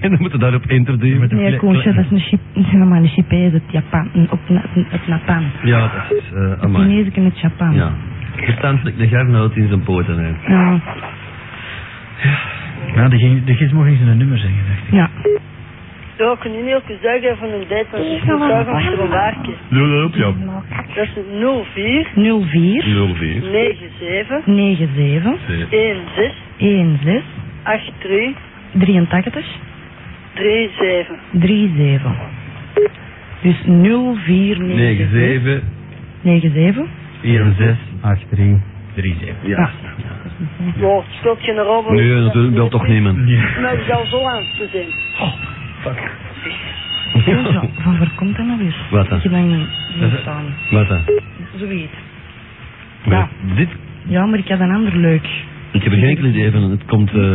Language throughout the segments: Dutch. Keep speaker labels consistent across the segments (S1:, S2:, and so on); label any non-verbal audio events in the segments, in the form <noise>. S1: en dan moeten we daarop interduwen. Met een
S2: Nee,
S1: fle-
S2: Koensje, dat is een Chip- dat zijn allemaal een Chipees, het Japan, een- op na- een- het Japan.
S1: Ja, dat is eh
S2: Het
S1: amai.
S2: Chinees en het Japan.
S1: Ja. Verstandelijk de garnoot in zijn poten uit.
S2: Ja.
S3: Ja, de, ging- de gids mocht eens een nummer zeggen, dacht ik.
S2: ja.
S4: Ja, ik kan niet heel veel zeggen van een tijd van
S2: Ja, maar-
S4: Chicago om te werken.
S5: Doe dat op, ja.
S4: Dat is 04
S2: 04
S5: 04
S4: 97
S2: 97
S5: C
S4: 16
S2: 16
S4: 83
S2: 83
S4: 37.
S2: 37. Dus 0497
S1: 97
S2: 97.
S1: 16
S3: 83.
S1: 37.
S2: Ja.
S1: Ja.
S3: Ah.
S4: Ja, het speelt geen rol. want-
S1: Nee, natuurlijk wil toch niemand.
S4: Maar het zou zo aan te zijn.
S2: Zo, van waar komt dat nou weer?
S1: Wat dan?
S2: Ik heb dat in- in staan.
S1: Wat dan?
S2: Zoiets. Ja.
S1: Maar Dit,
S2: ja, maar ik had een ander leuk.
S1: ik heb er geen enkel idee van. Het komt eh,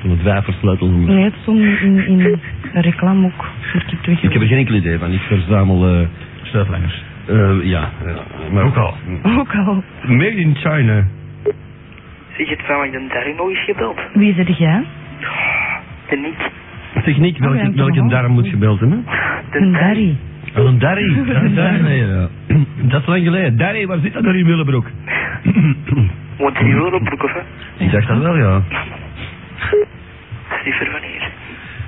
S1: van het wijversleutel.
S2: Nee, het stond in, in een reclame ook. Maar ik heb het weggelegd.
S1: Ik heb er geen enkel idee van. Ik verzamel, eh,
S3: Sleutelangers.
S1: eh, ja. eh, maar-
S3: Ook al.
S2: Ook al.
S1: Made in China.
S6: Zeg het van, ik heb daar nog eens gebeld.
S2: Wie zit jij?
S6: De Nick.
S1: Techniek,
S2: Oh, ja,
S1: welke,
S2: ik
S1: welke
S2: ben
S1: darm
S2: al.
S1: moet je belten, hè?
S2: Een Darry.
S1: Oh, een
S2: <laughs>
S1: Darry. Een Darry, nee, ja. <clears throat> Dat is lang geleden. Darry, waar zit dat er in
S6: <clears throat>
S1: Willebroek?
S6: Want die wil opbroek of hè?
S1: Ik dacht dat wel, ja.
S6: Dat is niet ver van hier.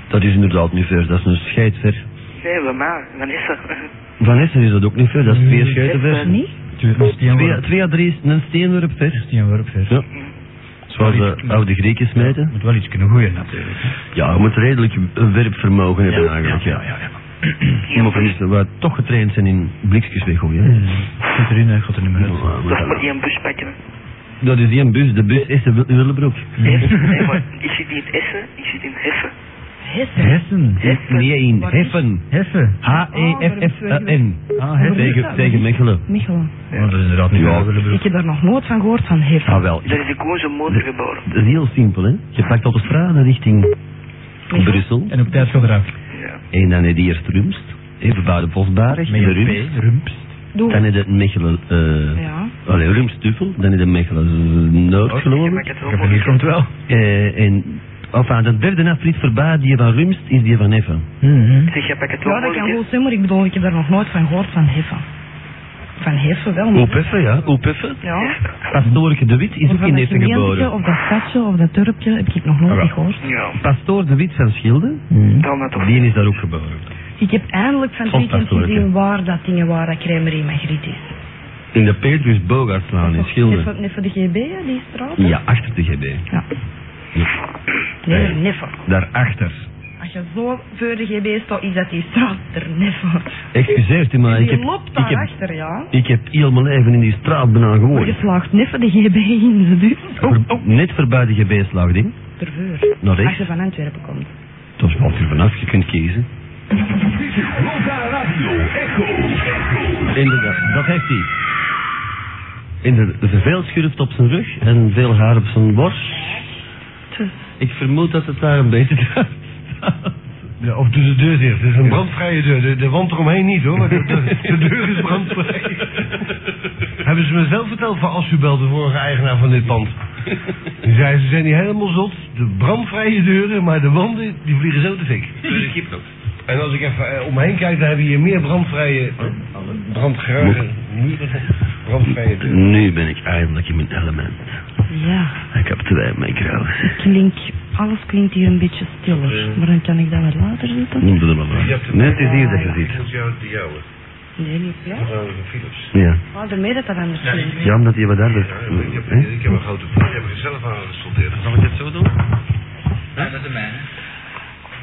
S1: Dat is inderdaad niet ver. Dat is een scheidver.
S6: Nee, bij mij. Dan is dat.
S1: Van Essen is dat ook niet ver. Dat is twee scheiden ver.
S2: Niet?
S1: Twee,
S3: Steenworp.
S1: twee à drie, een steenwerp ver.
S3: Steenworp verder.
S1: Ja. Zoals de oude Grieken smijten.
S3: Moet wel iets kunnen gooien, natuurlijk.
S1: Ja, je moet redelijk een werpvermogen hebben eigenlijk. Ja,
S3: ja.
S1: Je moet verliezen waar toch getraind zijn in blikjes weggooien. hè.
S3: Eh, Zit erin, hè, ik had er niet meer uit.
S1: Maar-
S6: Dat is maar
S1: maar-
S6: één bus pakken. hè.
S1: Dat is die bus, de bus is de Wil- Willebroek.
S6: Nee, nee, maar ik zit niet in Essen, ik zit in Hessen.
S3: Hessen.
S1: Nee, in Heffen. E
S3: Heffen.
S2: Ah,
S1: H-E-F-F-E-N.
S3: Ah, Heffen.
S1: Tegen, tegen Mechelen.
S2: Michel.
S3: Ja, dat is inderdaad niet
S1: Ja.
S3: waar.
S2: Ik heb daar nog nooit van gehoord van Hef.
S1: Ah wel,
S6: Daar is ik gewoon zijn moeder geboren.
S1: dat is heel simpel hè. Je pakt op de straat richting
S2: Mechelen.
S1: Brussel.
S3: En op tijd gedrag.
S6: Ja.
S1: En dan heb je eerst Rumst. Even bij de Bosbarig.
S3: Met
S1: de
S3: een
S1: Rumst.
S3: P, Rumps.
S2: Doe.
S1: Dan heb je Mechelen... eh
S2: Ja.
S1: Allee, Rumstuffel. Dan heb je Mechelen Noord
S6: Ik
S1: geloof
S6: maak
S1: ik.
S6: het wel
S3: Ja, hier
S6: mogelijk.
S3: komt wel.
S1: Eh, en enfin, de derde afrit voorbij, die van Rumst, is die van Effen.
S6: Zeg, jij maakt het wel
S2: Ja, dat
S6: mogelijk.
S2: kan
S6: hè.
S2: goed zijn, maar ik bedoel, ik heb daar nog nooit van gehoord van Heffen. Van Heffen wel, maar...
S1: Op Effen, ja. Op Effen.
S2: Oh, Ja.
S1: Pastoorke de Wit Oh. is
S2: Maar
S1: ook
S2: van
S1: in
S2: dat
S1: Effen
S2: gemeentje
S1: geboren.
S2: Of dat stadje of dat dorpje heb ik nog nooit
S1: Ah, wel.
S2: gehoord.
S6: Ja,
S1: Pastoor de Wit van Schilde,
S6: dan dat toch.
S1: die is daar ook geboren.
S2: Ik heb eindelijk van het
S1: Vond dat
S2: weekend
S1: leuk, hè?
S2: gezien waar dat dingen waren dat Cremerie Magritte is.
S1: In de Petrus Bogartslaan in Schilde.
S2: Neffen- Neffen de GB, hè, die straat? hè?
S1: Nou, Ja, achter de GB.
S2: Ja. Nee, neffen.
S1: Daarachter.
S2: Als je zo voor de GB staat, is dat die straat er neffen.
S1: Excuseert u, maar
S2: Die
S1: ik heb,
S2: loopt
S1: ik, heb,
S2: daarachter, ja.
S1: ik heb heel mijn leven in die straat bijna
S2: Maar Oh, je
S1: gewoond.
S2: slaagt neffen de GB in de duur.
S1: Ver- Net voorbij de GB-slagding.
S2: Terveur.
S1: Naar
S2: Als
S1: rechts.
S2: je van Antwerpen komt.
S1: Dat is altijd vanaf, je kunt kiezen.
S5: Lokale radio. Echo. Echo.
S1: Inderdaad, dat heeft hij. Inderdaad, veel schurft op zijn rug en veel haar op zijn borst. Ik vermoed dat het daar een beetje gaat.
S7: Ja, of doe de deur dicht. Het is een brandvrije deur. De, de wand eromheen niet hoor, maar de, de, de deur is brandvrij. Hebben ze me zelf verteld van Assubel, de vorige eigenaar van dit pand. Die zei, ze zijn niet helemaal zot. De brandvrije deuren, maar de wanden die vliegen zo te fik. En als ik even eh, omheen kijk, dan hebben we hier meer brandvrije... Brandgraven. Brandvrije deuren.
S1: Nu ben ik eindelijk in mijn element.
S2: Ja,
S1: Ik heb twee micro's.
S2: klink, alles klinkt hier een beetje stiller. Maar dan kan ik dat wat later zetten.
S1: Noem dat maar maar. Net is hier dat je ziet.
S2: Nee, niet ja.
S7: Philips.
S1: Ja,
S2: Ah, daarmee dat dat anders klinkt.
S1: ja omdat je wat daar bent. Hè?
S7: een grote vraag. Ik heb er zelf aan gesoldeerd.
S1: Zal ik het zo doen? de mijne.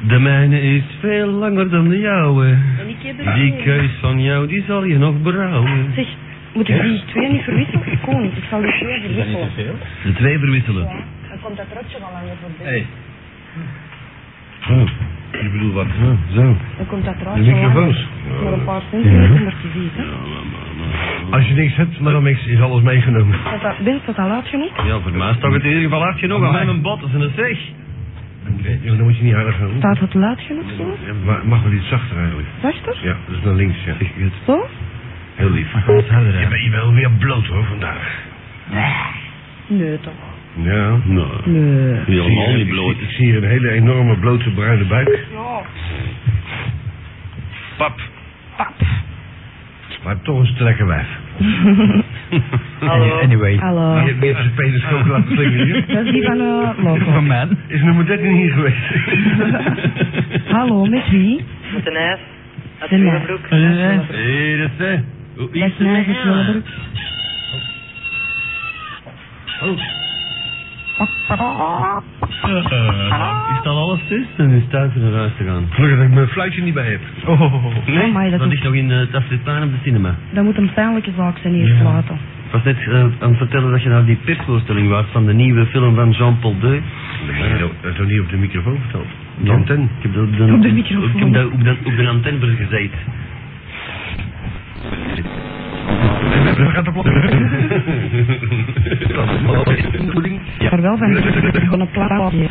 S1: De mijne is veel langer dan de jouwe.
S2: En ik heb er
S1: Die
S2: twee.
S1: keus van jou, die zal je nog berouwen.
S2: Zeg, moet ik die twee niet
S1: <laughs>
S2: verwisselen? Kom, ik zal die twee verwisselen.
S1: De twee verwisselen.
S2: Ja, dan komt dat rotje wel aan de voorbij.
S1: Je bedoelt wat? zo.
S2: Dan komt dat
S7: De
S2: rotje
S7: microfoons.
S2: Maar een paar centimeter te zien, hè.
S7: Als je niks hebt, maar dan niks, is alles meegenomen.
S2: Dat dat, bent dat al laat genoeg?
S1: Ja, voor mij staat het in ieder geval hard genoeg aan mijn bot, dat is een zeg.
S7: Ja, dan moet je niet harder gaan roepen.
S2: Staat het laat genoeg zo?
S7: Ja, maar mag wel iets zachter eigenlijk.
S2: Zachter?
S7: Ja, dus naar links, ja.
S2: Zo?
S7: Heel lief.
S3: Maar het is harder, hè.
S7: Je bent je wel weer bloot hoor vandaag.
S2: Nee toch.
S7: Ja.
S1: Nou,
S2: Nee.
S1: helemaal
S7: Zie je-
S1: niet bloot.
S7: Ik zie hier een hele enorme blote bruine buik.
S4: Ja.
S7: Pap. Maar toch is het een lekker wijf.
S4: <laughs> Hallo.
S3: Anyway.
S2: Hallo.
S7: Die heeft meer zijn penis ook laten slingen hier.
S2: <laughs> Dat is die van eh
S3: Van
S2: Loco.
S3: man.
S7: Is nummer 13 hier
S1: <laughs>
S7: geweest?
S2: Hallo, met wie?
S6: Met een ijs. Uit
S2: Zin maar.
S6: Willebroek.
S7: Hé, dat is hè.
S1: Hoe is
S2: Met
S1: het
S2: mij
S1: met
S2: eh, is
S1: jou?
S2: Wilbroek.
S6: Ah,
S1: Is dat alles dus? Dan is het tijd om naar huis te gaan.
S7: Gelukkig dat ik mijn fluitje niet bij heb. Oh.
S1: Nee,
S2: Amai, dat
S1: dat
S2: doet-
S1: ligt nog in eh, het Afrikaan op de cinema.
S2: Dat moet een pijnlijke zaak zijn hier te laten.
S1: Ik was net eh, aan het vertellen dat je naar die persvoorstelling was van de nieuwe film van Jean-Paul Deu.
S7: Dat heb je nou- dat is nog niet op de microfoon verteld. De
S1: Ja.
S7: antenne.
S1: Ik heb dat op
S2: Op de
S1: ik
S2: microfoon.
S1: heb dat op de, op de antenne gezeten.
S7: Dat gaat op
S2: Maar wel van van een plaatje.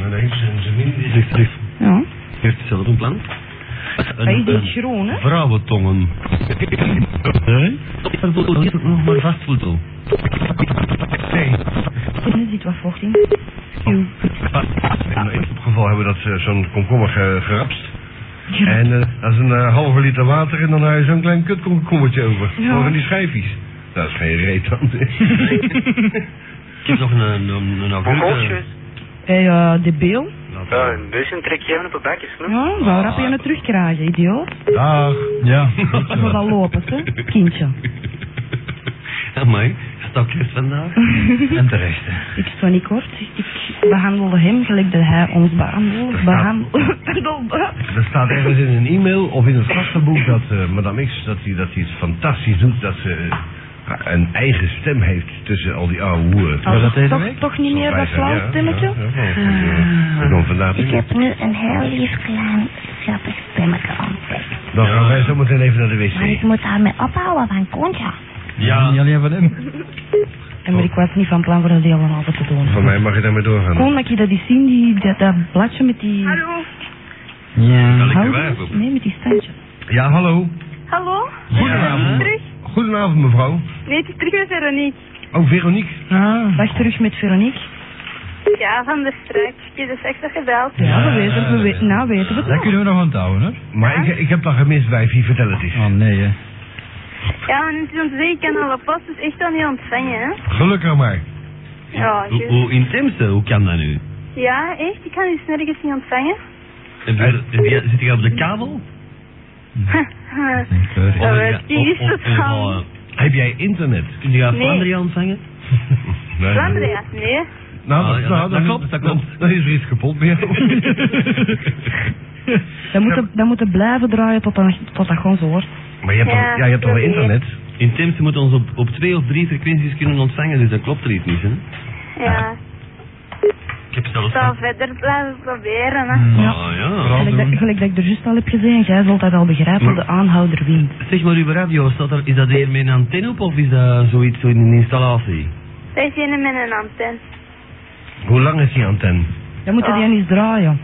S7: Maar nee, zijn ze minder.
S2: Ja.
S1: Heeft zelf een plan?
S2: Hij is groen, hè?
S7: <laughs>
S1: Vrouwentongen. Is het nog maar vastvoedsel?
S2: Er zit wat vocht in. Uw
S7: In het geval hebben we dat eh, zo'n komkommer ge- gerapst. En eh, dat is een eh, halve liter water en dan hou je zo'n klein kutkomkommertje over.
S2: Ja.
S7: Voor van die schijfjes. Dat is geen reet aan.
S1: Ik heb nog een, een, een, een augurk.
S6: Mongoltjes.
S2: Hey, eh, de beel.
S6: Ja, een bus en trek je even op de bakjes, no?
S2: Ja, zou rap je het terugkrijgen, idioot.
S7: Dag.
S3: Ja.
S2: Dat moet wel lopen, hè, kindje.
S1: <laughs> Amai, stak je vandaag?
S3: En terecht. hè.
S2: Ik sta niet kort. Ik behandelde hem gelijk dat hij ons behandelde. Behandelde. Pardon.
S7: Er staat ergens in een e-mail of in het gastenboek dat eh, madame X dat hij dat die het fantastisch doet. Dat ze eh, een eigen stem heeft tussen al die oude hoeren.
S3: Oh, Was dat deze
S2: toch,
S3: week?
S2: toch niet meer dat flauw stemmetje?
S7: Oh, eh, Ik kom vandaag
S8: Ah. Ik heb nu een heel lief klein schattig stemmetje ontdekt.
S7: Dan gaan wij zo meteen even naar de
S8: Maar ik
S7: wc.
S8: moet daarmee ophouden van Kontja.
S3: Ja. Niet alleen van hem.
S2: En maar ik was niet van plan voor dat hele avond te doen.
S7: Van mij mag je daarmee doorgaan.
S2: Gewoon dat je dat eens zien, die, dat, dat bladje met die...
S8: Hallo.
S3: Ja.
S2: houders. Nee, met die standje.
S7: Ja, hallo.
S8: Hallo?
S7: Goedenavond.
S8: Terug?
S7: Goedenavond, mevrouw.
S8: Nee, het is terug met Veronique.
S7: Oh, Veronique.
S2: Dag terug met Veronique.
S8: Ja, van de struik. Je hebt extra gebeld.
S2: Ja, we weten, we weten, nou weten we het
S3: Daar
S2: nog.
S3: kunnen we nog aan touwen, hoor.
S7: Oh. Maar ik, ik heb dat gemist, wijfie. Vertel het eens.
S3: Oh nee, hè.
S8: Ja, maar het is om te zeggen, ik kan alle post dus echt al niet ontvangen, hè.
S7: Gelukkig maar.
S8: Ja,
S1: Hoe,
S8: juist.
S1: hoe intiem ze? Hoe kan dat nu?
S8: Ja, echt? Ik kan dus nergens niet ontvangen.
S1: Heb je- heb je- Zit je op de kabel?
S8: Eh,
S3: Een kleur.
S8: Dat
S1: Of-
S8: weet ik niet,
S1: of- of-
S8: dat kan.
S1: of-
S7: Heb jij internet?
S1: Kun je aan
S8: Nee.
S1: Flandria ontvangen?
S8: Vlaanderen, nee.
S7: Nou,
S1: Ah, ja,
S7: dat, nou,
S1: dat- dat klopt, dat klopt.
S7: Dan, dan is er iets kapot bij jou.
S2: Dat moeten, dat moeten blijven draaien tot dat, tot dat gewoon zo wordt.
S7: maar je hebt,
S8: Ja,
S7: toch, ja, je hebt toch wel
S8: dat
S7: internet?
S1: Intiem, ze moeten ons op, op twee of drie frequenties kunnen ontvangen, dus dat klopt er iets niet, hè?
S8: Ja,
S1: Ik heb
S8: ik
S1: zelfs...
S8: zal verder blijven proberen, hè.
S1: Ah, ja.
S2: Gelijk dat, gelijk dat ik er juist al heb gezien, jij zult dat al begrijpen, de aanhouder wint.
S1: Zeg maar, uw radio, staat er, is dat hier met een antenne op of is dat zoiets, zo'n installatie?
S8: Wij zijn er met een antenne.
S7: Hoe lang is die antenne?
S2: Dan moeten die eens draaien.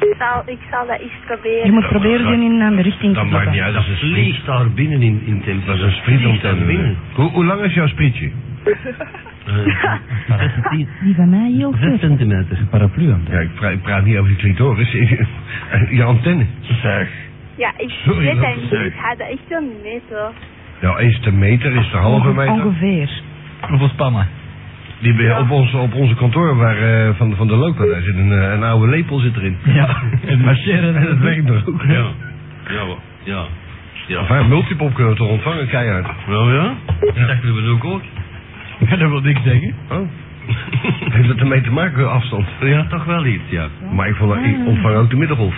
S8: Ik zal, ik zal dat eens
S2: Je
S8: proberen.
S2: moet proberen die in een andere richting te plakken.
S7: uit, <laughs> dat is een
S1: Ligt daar binnen in, in Tempo.
S7: Dat is een sprietantenne. Hoe, hoe lang is jouw sprietje?
S2: Die van mij heel ver.
S1: Zes centimeter.
S3: Paraplu aan.
S7: Ja, ik, pra- ik praat niet over je clitoris. <laughs> je antenne. Zeg.
S8: Ja, ik
S7: Sorry,
S8: weet
S7: dat
S8: dat niet.
S7: zei
S8: Ik ga dat echt wel niet weten, hoor.
S7: Nou, is het een meter, is het een halve
S2: Onge-
S7: meter?
S2: Ongeveer.
S3: Hoeveel spannen?
S7: Die bij- op, ons, op onze kantoor waar, eh, van, van de loco, daar zit een, eh, een oude lepel zit erin.
S3: Ja.
S7: <laughs> En marcheren. En dat werkt er ook.
S1: Ja. Ja, wel. ja. Ja.
S7: Enfin, multipop kunnen we toch ontvangen, keihard.
S1: Wel ja? Dat dachten we ook ook.
S3: Ja, dat wil niks zeggen.
S7: Oh. Heeft dat ermee te maken, afstand?
S1: Ja, toch wel iets, ja.
S7: Maar ik, vond, dat- ik ontvang ook de middengolf.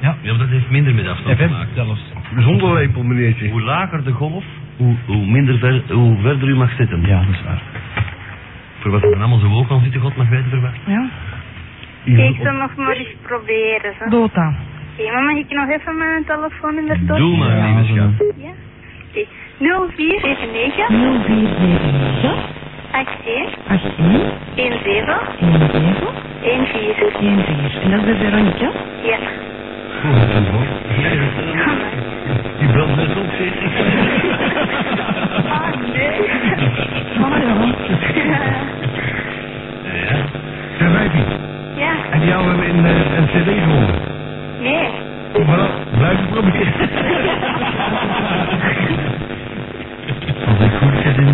S1: Ja, maar dat heeft minder met afstand te maken.
S3: FM zelfs.
S7: Zonder lepel, meneertje.
S1: Hoe lager de golf, hoe, hoe, minder ver, hoe verder u mag zitten.
S3: Ja, dat is waar.
S1: Voor wat er allemaal zo hoog kan zitten, God mag weten voor wat.
S2: Ja.
S8: Ik zal nog maar eens proberen, zo.
S2: Dood aan.
S8: Oké, maar mag ik nog even mijn telefoon in de
S1: Doe maar,
S3: Ja,
S1: lieve
S3: zo.
S1: schat.
S8: Ja. Oké. 0479
S2: 0479
S8: 81
S2: 81
S8: 17
S2: 17
S8: 14.
S2: 14. En dat is de Veronique, hè?
S8: Ja.
S7: Die belt net op, zeg.
S8: Ah, nee. <laughs>
S2: Ah, ja.
S7: Zeg, Wijpie,
S8: Ja,
S7: heb jou hem in eh, een cd gewonnen?
S8: nee.
S7: Voilà, blijf het proberen.
S1: <laughs> Als ik goed zit in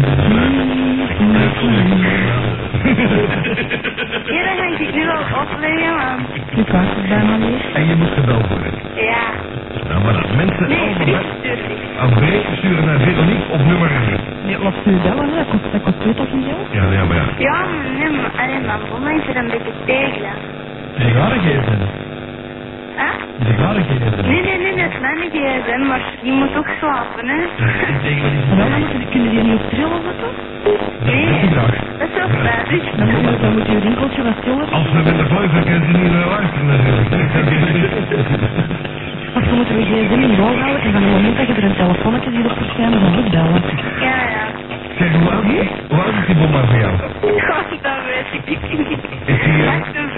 S8: Ja, dat ga ik nu al opleggen, want...
S2: Ik was er bijna niet.
S7: En je moet gebeld worden.
S8: Ja.
S7: Nou, voilà. Mensen,
S8: Nee,
S7: allemaal
S8: ik stuur niks.
S7: aan breken sturen naar Veronique op nummer
S2: Nee, wat stuur je bellen? hè? Dat kost, dat kost toch niet geld?
S7: Ja, ja, maar ja.
S8: Ja, maar nee, maar, allee, mijn mama is er een beetje tegen. hè.
S3: Tegenwoordigheden.
S8: Huh?
S3: Tegenwoordigheden.
S8: Nee, nee, nee, dat is mijn gsm, maar je moet ook slapen, hè.
S2: Wel, dan moeten- kunnen die niet op trillen zetten?
S8: Nee, dat is ook spijtig.
S2: Dan moet je, dan moet je winkeltje wat stiller
S7: Als we met de vleugel kunnen ze niet naar luisteren
S1: <laughs>
S7: natuurlijk.
S2: Of ze moeten je gsm in goal houden en van het moment dat je er een telefoonnetje ziet op verschijnen, dan ook bellen.
S8: Ja, ja.
S7: Zeg, hoe oud, hoe oud is die bomma van jou?
S8: God, dat weet ik niet.
S7: Is die eh,
S8: 58.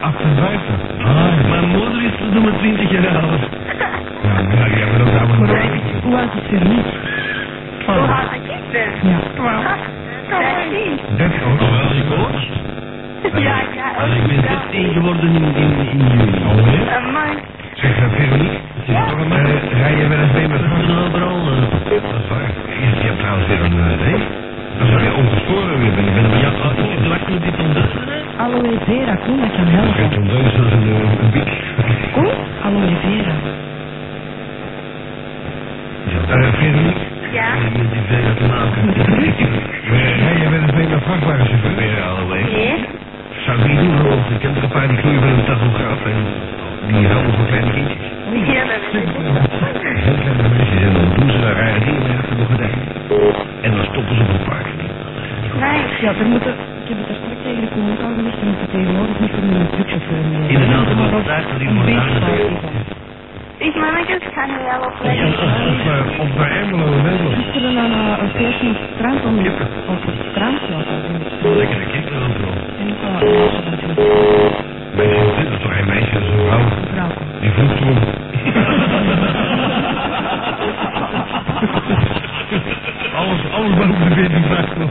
S7: 58?
S1: Mijn moeder is dus te doen met 20 jaar ouder.
S7: Ah. Ja, maar die hebben ook allemaal
S2: Hoe oud is Veronique?
S8: Hoe had ik het ben?
S2: Ja.
S8: Dertien.
S7: 30 ook.
S1: Oh, Wel, ik ook.
S8: Ja, ja,
S1: Maar ik
S8: ook
S1: ben
S8: wel.
S1: 13 geworden in, in, in juli.
S7: Alweer?
S8: Een man.
S7: Oh, Zeg, eh, Veronique, eh, rij je wel eens mee met
S1: Dat is
S7: gasten?
S1: overal. eh,
S7: Dat is waar. Je je hebt trouwens weer een eh, ding. Dan zou je ongestoren weer ben. Je bent een
S1: Ja,
S7: beetje
S1: als ik vlak moet dit ontdekken, hè.
S2: Aloe vera, Koen, dat kan
S7: Je bent
S2: helpen.
S7: een deus als een, eh, een biek.
S2: Koen? Aloe vera.
S7: Eh, Veronique,
S8: Ja.
S1: Met die vijf te maken.
S7: eh, rij je wel eens mee met vrachtwagenchauffeur? Ja, alweer.
S8: Nee.
S7: Zou ik niet doen, want ik heb er een paar die groeien van een tachograaf en die houden van kleine kindjes.
S8: Ja, dat weet ik.
S7: Heel kleine meisjes en dan doen ze daar rare dingen mee achter de gordijn. En dan stoppen ze op een park.
S8: Nice.
S2: Ja, er moeten... Ik heb het er straks tegen de Koen ook al gezegd, er moeten tegenwoordig niet meer een truckchauffeur meer.
S1: Inderdaad, maar dat is dat die
S2: Een beetje
S1: moderne
S2: fout
S1: wereld.
S2: is dat.
S8: Ik mannetjes gaan nu wel opleggen.
S7: Of, eh, Of naar Ermelo en Wendel.
S2: Gisteren een, eh, een feestje op het strand, om- op het strand, ja, dat is een-
S7: Lekkere kinderen ook wel.
S2: En ik wou een meisje natuurlijk,
S7: Meisje, dat is toch geen meisje, dat is een vrouw.
S2: een vrouw.
S7: Die vroeg toen. alles, alles boven de 14 vraagt nog.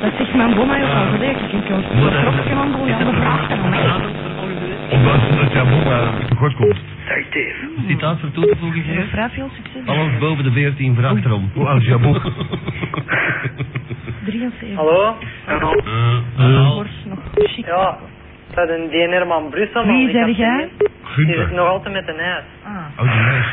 S2: Dat zegt mijn bomma ook al gelijk. Ik denk, joh, dat trokje van boel, ja, dat vraagt er aan mij.
S7: Omdat dat jouw mama tekort komt.
S6: Dag Dave.
S1: Citaat voor toe te voegen,
S2: Ik heb
S1: Geert.
S2: vrij veel succes.
S1: Alles boven de 14 vraagt erom.
S7: Hoe oud is jouw boek? <laughs>
S2: 73.
S4: Hallo?
S1: Eh,
S7: Eh.
S1: Hallo.
S2: Wordt nog chic.
S4: Ja, dat is een die Herman Brussel. man.
S2: Wie
S4: Ik had
S2: zeg jij?
S4: gezien, Die zit
S7: Gunther.
S4: nog altijd met een ijs.
S2: Ah.
S7: Oh, die meis.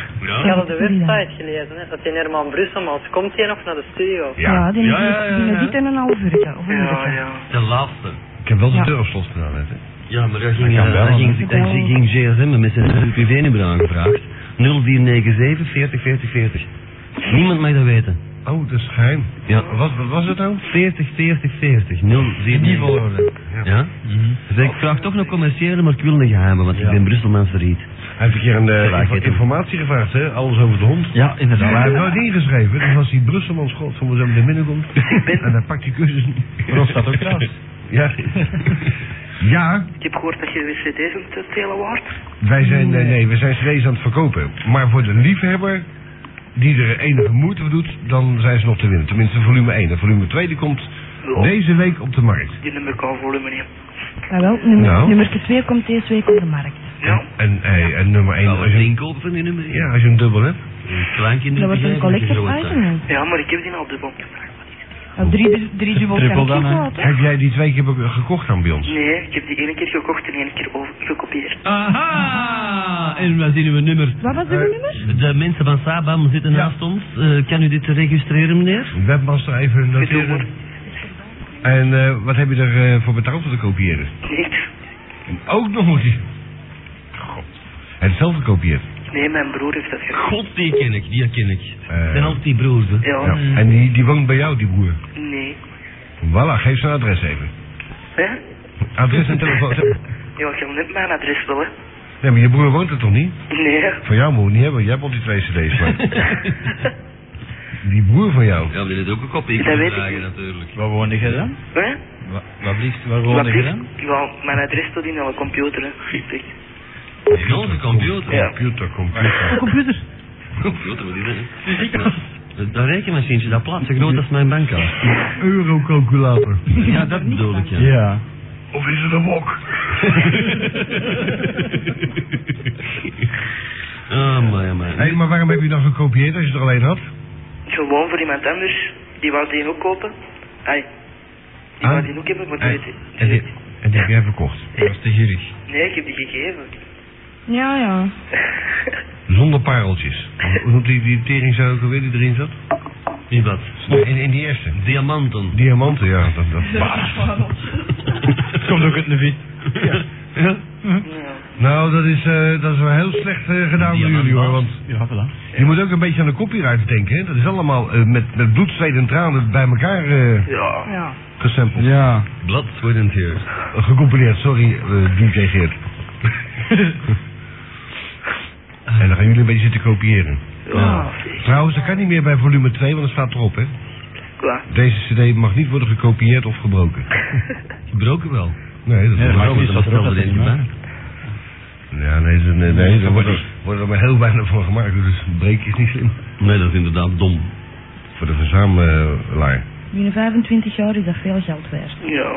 S4: Ik had op de
S2: Ja, sorry, ja.
S4: website gelezen, hè, dat die Herman Brusselmans komt hier nog naar de studio.
S2: Ja, die
S1: Ja, ja, ja,
S2: binnen
S1: ja.
S2: dit en een half uurtje. Of een
S7: Ah,
S2: uurtje.
S1: De laatste.
S7: Ik heb wel de
S2: Ja.
S7: deur op slot gedaan, hè.
S1: Ja, maar daar ging,
S7: kan
S1: eh,
S7: bellen,
S1: daar ging,
S2: hè.
S1: daar
S2: Wel.
S1: ging GSM met zijn privé-nummer aangevraagd. 0497 40 40 40. Niemand mag dat weten.
S7: Oh, dat is geheim.
S1: Ja.
S7: Wat, wat was het nou?
S1: 40 40 40
S7: In die
S1: 047.
S7: volgorde.
S1: Ja? Dus ik vraag toch nog commerciële, maar ik wil een geheime, want ik ben Brusselman verriet.
S7: Hij heeft een keer een eh,
S1: Gelijk,
S7: info-
S1: hè, toen.
S7: informatie gevraagd, hè? Alles over de hond.
S1: Ja,
S7: Hij heeft het nooit ingeschreven, dus als die Brusselmans god van zo meteen binnenkomt, en dan pakt hij cursus niet.
S3: Rob staat ook thuis.
S7: <laughs> Ja. ja,
S6: Ik heb gehoord dat je de cd's aan het telen waard.
S7: wij zijn, eh, nee, we zijn cd's aan het verkopen. Maar voor de liefhebber, die er enige moeite voor doet, dan zijn ze nog te winnen. Tenminste, volume 1. En volume 2 die komt deze week op de markt.
S6: Die nummer kan voor meneer.
S2: Maar Ah, wel, nummer,
S7: Nou.
S2: nummer 2 komt deze week op de markt.
S6: Ja.
S7: En, eh, en nummer 1,
S1: Wel
S7: als
S1: een
S7: je, een-
S1: winkel van die nummer.
S7: ja, als je een dubbel hebt.
S1: Een kleinkinder
S2: Dat wordt een collector's item.
S6: Ja, maar ik heb die al dubbel gevraagd.
S2: hè. Drie, drie dubbels kan
S3: Triple
S2: ik
S3: dan, hè.
S2: wel, toch?
S7: Heb jij die twee keer be- gekocht dan bij ons?
S6: Nee, ik heb die ene keer gekocht en één keer over gekopieerd.
S1: Aha! En wat is uw nummer?
S2: Wat was uw nummer?
S1: De mensen van Sabam zitten naast ons. Eh, kan u dit registreren, meneer?
S7: Webmaster even noteren. En eh, wat heb je er eh, voor betaald voor de kopiëren?
S6: Niks.
S7: En ook nog moet hij... God. En zelf gekopieerd.
S5: Oh.
S6: Nee, mijn broer heeft dat gekocht.
S1: God, die ken ik, die ken ik.
S7: Eh.
S1: zijn altijd die broers, hè.
S7: Ja.
S6: Ja.
S7: Nou, En die, die woont bij jou, die broer.
S6: Nee.
S7: Voilà, geef zijn adres even.
S6: Hè?
S7: Adres en
S5: <laughs>
S7: telefoon.
S6: Ja, ik wil net mijn adres wel, hè.
S7: Nee, maar je broer woont er toch niet?
S6: Nee.
S7: Van jou moet je niet hebben, jij hebt al die twee cd's. Maar...
S5: <laughs>
S7: die broer van jou.
S1: Ja, maar die heeft ook een kopie
S6: Dat weet ik
S1: vragen,
S6: niet.
S1: natuurlijk. <laughs>
S3: Waar woonde je dan?
S6: Hè?
S3: Wa- Wat liefst, waar woonde je
S6: liefst?
S3: dan?
S6: Ja, mijn adres staat in alle computer, hè. Echt.
S1: In onze computer.
S6: Ja.
S7: Computer, computer.
S1: Computer, wat is dat? hè? Dat dat rekenmachientje, dat plaatst ik nooit als mijn bankkaart.
S7: Eurocalculator.
S1: Ja, dat bedoel ik, ja.
S3: Ja.
S5: Of is het een wok?
S1: Oh, maar,
S7: Hé, maar waarom heb je dan gekopieerd als je er alleen had?
S6: Gewoon voor iemand anders. Die wou die ook kopen. Ai. Die
S7: Ah.
S6: wou die ook hebben, maar die
S3: Eh,
S7: Ai.
S6: weet die- die
S7: En die,
S6: weet die-
S7: en die heb jij verkocht.
S3: Dat was te gierig.
S6: Nee, ik heb die gegeven.
S2: Ja, ja.
S7: Zonder pareltjes.
S3: Eh.
S7: Hoe noemt die, die tering zou ook alweer die erin zat?
S1: Wie wat?
S7: In, in die eerste.
S1: Diamanten.
S7: Diamanten, ja. Dat, dat.
S3: Komt ook uit Levi.
S7: Ja?
S6: Ja.
S7: Nou, dat is, eh, dat is wel heel slecht eh, gedaan door jullie hoor. Want
S3: Ja, voilà.
S7: je moet ook een beetje aan de copyright denken. Hè? Dat is allemaal eh, met, met bloed, zweet en tranen bij elkaar eh,
S2: Ja.
S7: gesampled.
S3: Ja.
S1: Blood, sweat and tears.
S7: Eh, Gecompileerd, sorry, eh, DJ Geert.
S1: Ah.
S7: en dan gaan jullie een beetje zitten kopiëren.
S1: Oh.
S3: Oh.
S6: Ja. zeg.
S7: Trouwens, dat kan niet meer bij volume 2, want dat staat erop, hè?
S6: Wat?
S7: Deze cd mag niet worden gekopieerd of
S3: <laughs>
S7: gebroken.
S1: Gebroken wel.
S7: Nee, dat
S3: Nee, dat
S7: wordt ook
S3: maakt niet
S7: niet.
S1: dat
S3: staat er ook
S1: stelde
S3: dat
S1: er
S3: niet
S1: niet
S3: bij.
S7: Ja, nee, ze- nee, nee,
S3: Nee,
S7: er
S3: dat
S7: worden,
S3: wordt
S7: worden er maar heel weinig van gemaakt, dus een breekje is niet slim.
S1: Nee, dat is inderdaad dom.
S7: Voor de verzamelaar.
S2: Binnen 25 jaar is dat veel geld waard.
S6: Ja.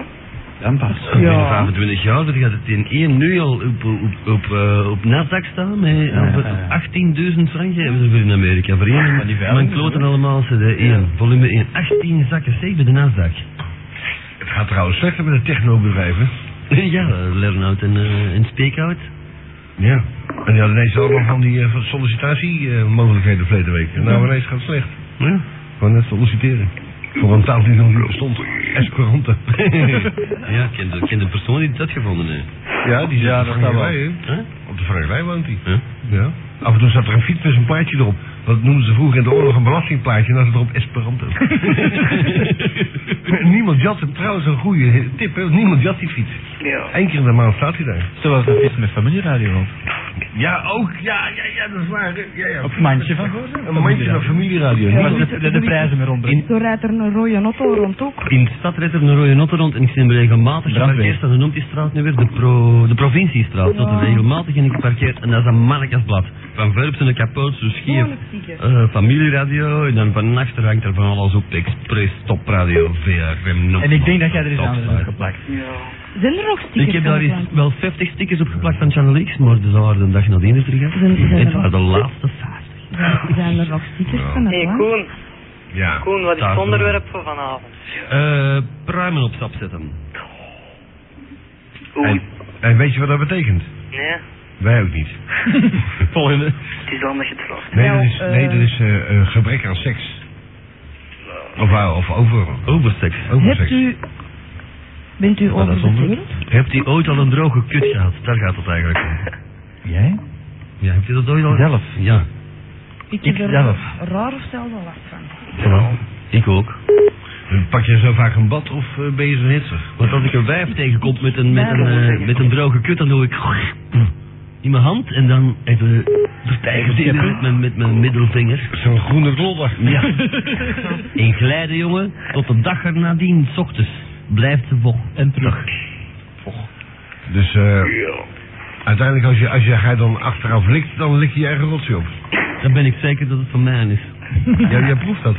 S3: Dan pas.
S1: Binnen 25 jaar, dat gaat het in één nu al op, op, op, eh, op Nasdaq staan. Met
S3: Ja, ja,
S1: op-
S3: ja.
S1: op 18.000 franken hebben ze voor in Amerika.
S7: Ah,
S1: Voor één,
S3: Maar die
S1: mijn
S3: veiling is
S1: kloten
S3: goed.
S1: allemaal, CD 1, volume 1. 18 zakken C bij de Nasdaq.
S7: Het gaat trouwens slechter met de technobedrijven.
S1: <laughs> ja, eh, Lernout en, eh en Speakhout.
S7: Ja. En die hadden ineens allemaal van die eh, van sollicitatiemogelijkheden verleden week. En nou, ineens gaat het slecht.
S1: Ja.
S7: Gewoon net solliciteren. Voor een taal die nog niet bestond. Esperanto.
S1: <laughs> ja, ik ken, de, ik ken de persoon die dat gevonden heeft.
S7: ja, die zit
S3: Ja,
S7: op
S3: dat
S7: de
S3: kan wel.
S7: Frankrijk, hè?
S1: Huh?
S7: Op de Frankrijk woont hij.
S1: Huh?
S7: Ja. Af en toe zat er een fiets met een plaatje erop. Dat noemden ze vroeger in de oorlog een belastingplaatje en dan zat erop
S3: <laughs>
S7: Esperanto. niemand jat hem. Trouwens een goede tip, hè? niemand jat die fiets.
S6: Ja.
S7: Eén keer in de maand staat hij daar.
S3: Zoals dat is met familieradio ook.
S7: Ja, ook. Ja, ja, ja, dat is waar. hè. Ja, ja.
S3: Op mandje van Gozer.
S7: Een mandje naar familieradio.
S3: Ja,
S7: Niet
S3: maar de, de, de prijzen meer rondbrengen.
S2: Zo rijdt er een rode auto rond ook.
S1: In de stad redt er een rode notte rond en ik zie hem regelmatig
S3: Brandweer.
S1: geparkeerd. Dan noemt die straat nu weer de, pro, de provinciestraat. Dat er regelmatig in geparkeerd en dat is een mannetjesblad. Van verps en een kapot, zo scheef. Eh, familieradio en dan van achter hangt er van alles op. Express, topradio, VRM, noem
S3: En ik denk dat jij er
S1: is
S3: eens aan hebt geplakt.
S6: Ja.
S2: Zijn er nog stickers?
S1: Ik heb
S2: van
S1: daar
S2: de
S1: eens
S2: klant?
S1: wel 50 stickers op geplakt van Channel X, maar ze waren de dag nadien er terug.
S2: Zijn- zijn
S1: Het
S2: er
S1: waren de
S2: nog-
S1: laatste 50.
S2: Zijn- Zijn er nog stickers van de
S4: Hé,
S2: klant?
S4: Koen,
S7: Ja.
S4: Koen, wat is
S1: Daar
S4: het
S1: doen we.
S4: onderwerp voor vanavond?
S1: Eh pruimen op stap zetten.
S6: Oei.
S7: En, en weet je wat dat betekent?
S4: Nee.
S7: Wij ook niet.
S3: Volgende.
S6: Het is anders
S3: <laughs>
S6: getrapt.
S7: Nee,
S2: Nou,
S7: dat is, nee, dat is eh, eh, gebrek aan seks. Of, wou- of over,
S1: Overseks.
S7: overseks.
S2: Hebt u... Bent u
S1: dat is ongeluk.
S2: overbezekerd?
S1: Hebt u ooit al een droge kut gehad? Daar gaat het eigenlijk om.
S3: Jij?
S1: Ja, hebt u dat ooit al?
S3: Zelf.
S1: Ja.
S2: Ik
S3: Ik
S2: heb er
S3: zelf.
S2: raar of zelfs al last
S1: <laughs>
S2: van.
S1: Voilà. Ik ook.
S7: Pak je zo vaak een bad of eh, ben je zo hitsig?
S1: Want als ik een wijf tegenkom met een, met een, eh, met een droge kut, dan doe ik in mijn hand en dan even vertijgen zitten met mijn, met mijn middelvinger.
S7: Zo'n groene klodder.
S1: Ja.
S7: <laughs>
S1: In glijden, jongen, tot de dag nadien, s ochtends, blijft ze bocht.
S3: En terug.
S7: Dus eh,
S6: Ja.
S7: uiteindelijk als je, als je haar dan achteraf likt, dan lik je je eigen rotzooi op.
S1: Dan ben ik zeker dat het van mij is.
S7: Ja, jij proeft dat.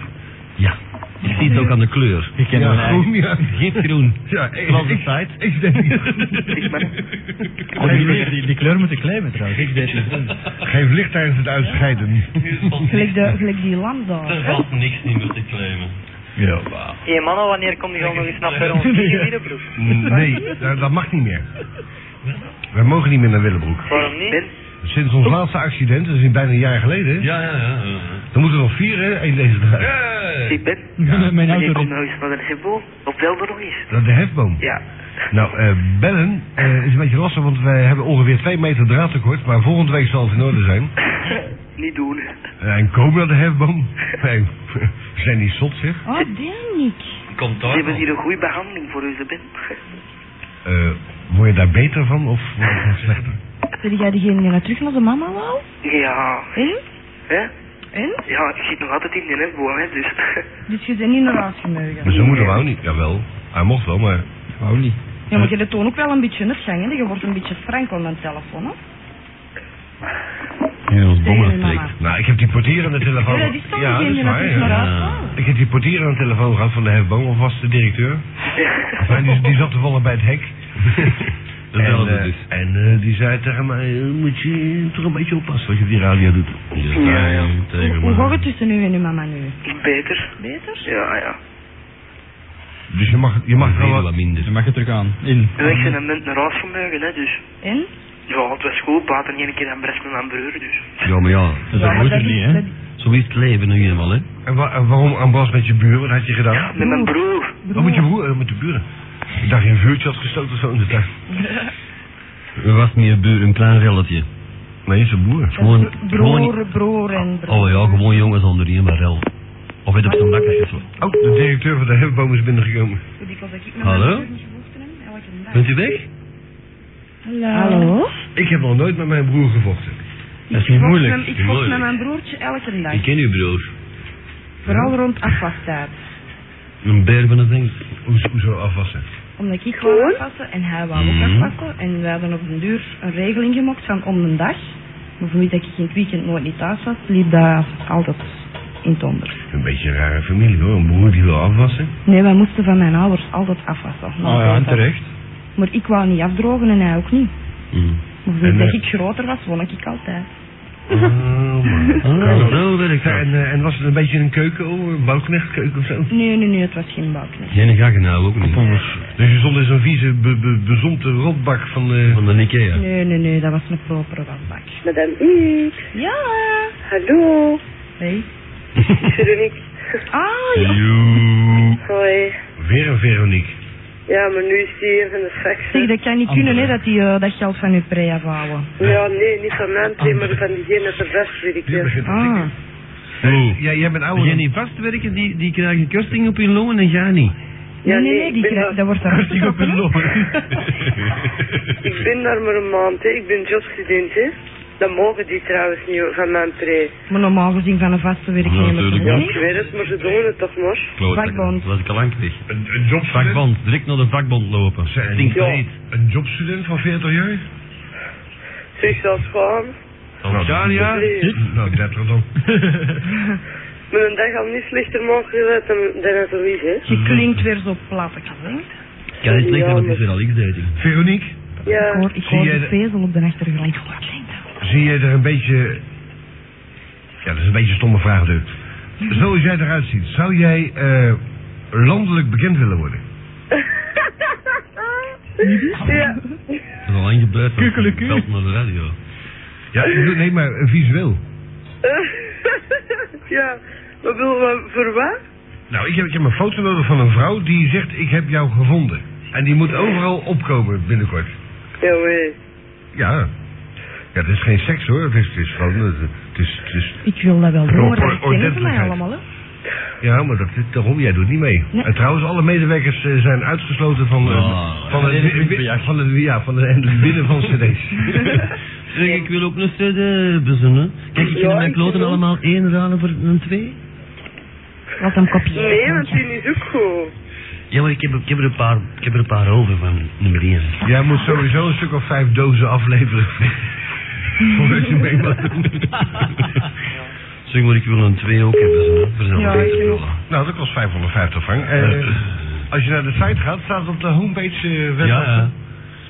S1: Ja. Je ziet het ook aan de kleur.
S3: Ik ken
S7: ja,
S3: mijn eigen.
S7: groen, ja.
S1: Gifgroen.
S7: Ja, ik,
S1: Glas
S7: ik,
S1: tijd.
S7: ik denk niet.
S6: Ik ben...
S3: Oh, die, kleur- die, die kleur moet ik claimen trouwens. Ik deed het <laughs> niet.
S7: Geef licht tijdens het uitscheiden.
S2: Gelijk, de, gelijk die lamp daar.
S1: Er valt niks niet meer te claimen.
S7: Ja.
S4: Hé, mannen, wanneer kom je al nog eens naar
S3: <laughs>
S4: Perron? In Willebroek.
S7: Nee, dat, dat mag niet meer. Wij mogen niet meer naar Willebroek.
S4: Waarom niet?
S6: Ben?
S7: Sinds
S3: Oh.
S7: ons laatste accident, dat is bijna een jaar geleden,
S1: Ja, ja, ja.
S7: dan moeten we nog vieren in deze dag.
S6: Ik ben...
S3: Eh. <laughs> Mijn
S6: En ik
S3: auto
S6: kom
S3: erin.
S6: nou eens naar de Hebbo. Op Belder nog eens.
S7: Dat is de hefboom.
S6: Ja.
S7: Nou, eh, bellen eh, is een beetje lastig, want wij hebben ongeveer 2 meter draad tekort, maar volgende week zal het in orde zijn.
S6: Niet doen.
S7: Eh, en komen naar de hefboom. Nee, <laughs> we zijn die zot zeg.
S2: Oh, damn, ik.
S1: Komt
S6: Ze
S1: daar
S6: hebben hier een goede behandeling voor u, ze ben.
S7: Eh, word je daar beter van of word je van slechter?
S2: Zeg jij degene die naar terug naar de mama wou?
S6: Ja.
S2: En?
S6: Hè?
S2: En?
S6: Ja, ik zit nog altijd in de hefboom, hè, dus... <laughs>
S2: Dus je bent niet naar huis gemogen.
S7: Maar zijn moeder wou niet. Jawel, hij mocht wel, maar...
S3: Wou niet.
S2: Ja, maar je hebt toon ook wel een beetje het gang, hè? Je wordt een beetje frank aan de telefoon, hè?
S1: nu ons
S2: Tegen
S1: bommen
S2: je mama.
S1: spreekt.
S7: Nou, ik heb die portier aan de telefoon.
S2: Ja, die stond niet
S7: ja, dat
S2: in
S7: is
S2: je
S7: waar,
S2: natuurlijk
S7: ja.
S2: maar
S1: Ja.
S2: af.
S7: Ik heb die portier aan de telefoon gehad van de hefboom, of was de directeur. Enfin, die, die zat toevallig bij het <laughs> hek.
S1: Hetzelfde
S7: en eh,
S1: dus.
S7: en eh, die zei tegen mij, eh, moet je toch een beetje oppassen wat je op die radio doet.
S6: Ja, ja.
S1: Tegen
S2: Hoe
S1: me.
S2: gaat het tussen u en uw mama nu?
S6: Beter.
S2: Beter?
S6: Ja, ah, ja.
S7: Dus je mag, je mag wel
S1: Heel
S7: wat-
S1: wat minder.
S3: Dan mag je terug aan. In.
S6: En ik ben een munt naar huis vermogen, hè, dus.
S2: En?
S6: Ja, het was goed, later niet een keer aan Brest met mijn broer, dus.
S1: Ja, maar ja,
S3: Dat moet je niet, hè?
S1: zo is het leven nu eenmaal, hè.
S7: En, wa- en waarom aan Bas met je buur? Wat had je gedaan?
S6: Met mijn broer.
S7: Oh, met je broer? eh, met de buren. Ik dacht je een vuurtje had gestoken of zo in de dag.
S1: <laughs> Er was niet een buur, een klein relletje.
S7: Nee, zijn broer.
S1: Gewoon, gewoon,
S2: Broer, broer en broer.
S1: oh ja, gewoon jongens onder hier, maar rel. Of weet op zo'n dak, is zo.
S7: Oh, de directeur van de hefboom is binnengekomen.
S2: Zo dikwijls dat ik met
S1: Hallo?
S2: mijn broer niet gevochten heb, elke dag.
S1: Bent u weg?
S2: Hallo?
S7: Ik heb nog nooit met mijn broer gevochten.
S1: Dat is niet moeilijk.
S2: Ik vocht met mijn broertje elke dag.
S1: Ik ken uw broer.
S2: Vooral rond afwastijd.
S1: Een beer van het ding.
S7: Hoe, hoezo afwassen?
S2: Omdat ik wou afpassen en hij wou ook
S1: Mhm.
S2: afpassen. En we hadden op den duur een regeling gemaakt van om een dag. Bijvoorbeeld dat ik in het weekend nooit niet thuis was, liep dat altijd in het onder.
S7: Een beetje een rare familie hoor, een broer die wil afwassen.
S2: Nee, wij moesten van mijn ouders altijd afwassen.
S1: Ah,
S3: Oh ja, en terecht.
S2: Maar ik wou niet afdrogen en hij ook niet.
S1: Mm.
S2: Bijvoorbeeld
S7: En,
S2: dat
S7: eh,
S2: ik groter was, won ik altijd.
S1: <laughs>
S7: Oh man.
S1: Ah, zo werkt dat.
S7: En, eh, en was het een beetje een keuken, oh, een bouwknechtkeuken of zo?
S2: Nee, nee, nee, het was geen bak. Nee.
S1: Geen gakken nou, ook niet.
S7: Dus je stond in zo'n vieze, be, be- bezompte rotbak van... eh,
S1: Van de Ikea.
S2: Nee, nee, nee, dat was een propere wasbak.
S9: Madame X.
S2: Ja!
S9: Hallo,
S2: Hey.
S9: Veronique.
S2: Ah, ja.
S9: Hoi.
S7: Weer een Veronique.
S9: Ja, maar nu is die hier van de fax.
S2: Zeg, dat kan niet kunnen, hè, dat die eh, dat geld van uw pre afhouden.
S9: Ja, nee, niet van mijn twee, maar van diegene met de vest, weet ik
S7: Die
S9: niet.
S7: begint te
S2: Ah.
S7: tikken.
S1: Oeh.
S7: Eh, Ja, jij bent ouder
S1: Degenen
S7: dan-
S1: die vastwerken, die, die krijgen korting op hun longen en jij niet.
S9: Ja,
S2: nee, nee,
S9: nee,
S2: nee,
S9: ik
S2: die
S9: ben
S2: krijg,
S9: dat-
S2: dat wordt eruit getrokken, hè.
S9: Ik ben daar maar een maand, hè. Ik ben jobstudent, hè. Dat mogen die trouwens niet hoor, van mijn pre.
S2: Maar normaal gezien van een vaste werknemer
S1: Ja,
S2: toch
S1: natuurlijk
S9: Ik weet het, maar ze doen het toch maar.
S1: Klootzakken.
S2: Vakbond.
S1: Dat was ik al lang weg.
S7: Een, een jobstudent?
S1: Vakbond, direct naar de vakbond lopen. Stinkt
S9: Ja.
S1: breed.
S7: Een jobstudent van 40 jaar?
S9: Zeg, zelfs gewoon.
S1: Nou,
S7: ja,
S1: dat is
S7: ja.
S9: Nee.
S7: Nou, 30 dan.
S9: Met een dag al niet slechter mogelijk dan, dan het er is, hè.
S2: Je klinkt weer zo plat, ik zeg.
S1: Ik kan niet liggen, want het is weer al x-dating.
S7: Veronique,
S2: Ik
S9: Ja,
S2: hoor, ik
S7: Zie
S2: hoor
S7: jij
S2: de
S7: dat-
S2: vezel op de achtergrond. Wat klinkt dat?
S7: zie je er een beetje... Ja, dat is een beetje een stomme vraag natuurlijk. Zoals jij eruit ziet, zou jij eh, landelijk bekend willen worden?
S9: ja.
S1: Dat is al lang gebeurd. want
S3: Kukkeleku.
S1: ik belt naar de radio.
S7: Ja, ik bedoel, nee, maar eh, visueel.
S9: ja. Maar bedoel, maar voor wat?
S7: Nou, ik heb, ik heb een foto nodig van een vrouw die zegt, ik heb jou gevonden. En die moet overal opkomen binnenkort.
S9: Ja, nee.
S7: Ja. Ja, het is geen seks hoor, het is, het is gewoon... Het het is, het is,
S2: Ik wil dat wel doen, maar dat kennen ze mij
S7: Ordentelijkheid.
S2: allemaal, hè.
S7: ja, maar dat, is- daarom, jij doet niet mee.
S2: Nee.
S7: En trouwens, alle medewerkers eh, zijn uitgesloten van... eh,
S1: Ah,
S7: van, het, wi- wi- van, het, ja, van het- het winnen van cd's.
S1: Zeg, ik wil ook een cd hebben, zo, hè. Kijk, ik vind mijn kloten allemaal één raden voor een twee.
S2: Laat hem kopiëren.
S9: Nee, want
S2: dank je.
S9: die is ook goed.
S1: Ja, maar ik heb, ik heb, er, een paar, ik heb er een paar over van nummer één.
S7: jij moet sowieso een stuk of vijf dozen afleveren. <laughs> Voordat je mee mag doen.
S1: Zeg maar, ik wil een twee ook hebben, zo, hè. Voor zelf
S2: Ja,
S1: in te
S2: ik wil-
S1: vullen.
S7: Nou, dat kost 550 frank. Eh, als je naar de site gaat, staat het op de homepage eh website.
S1: Ja, ja.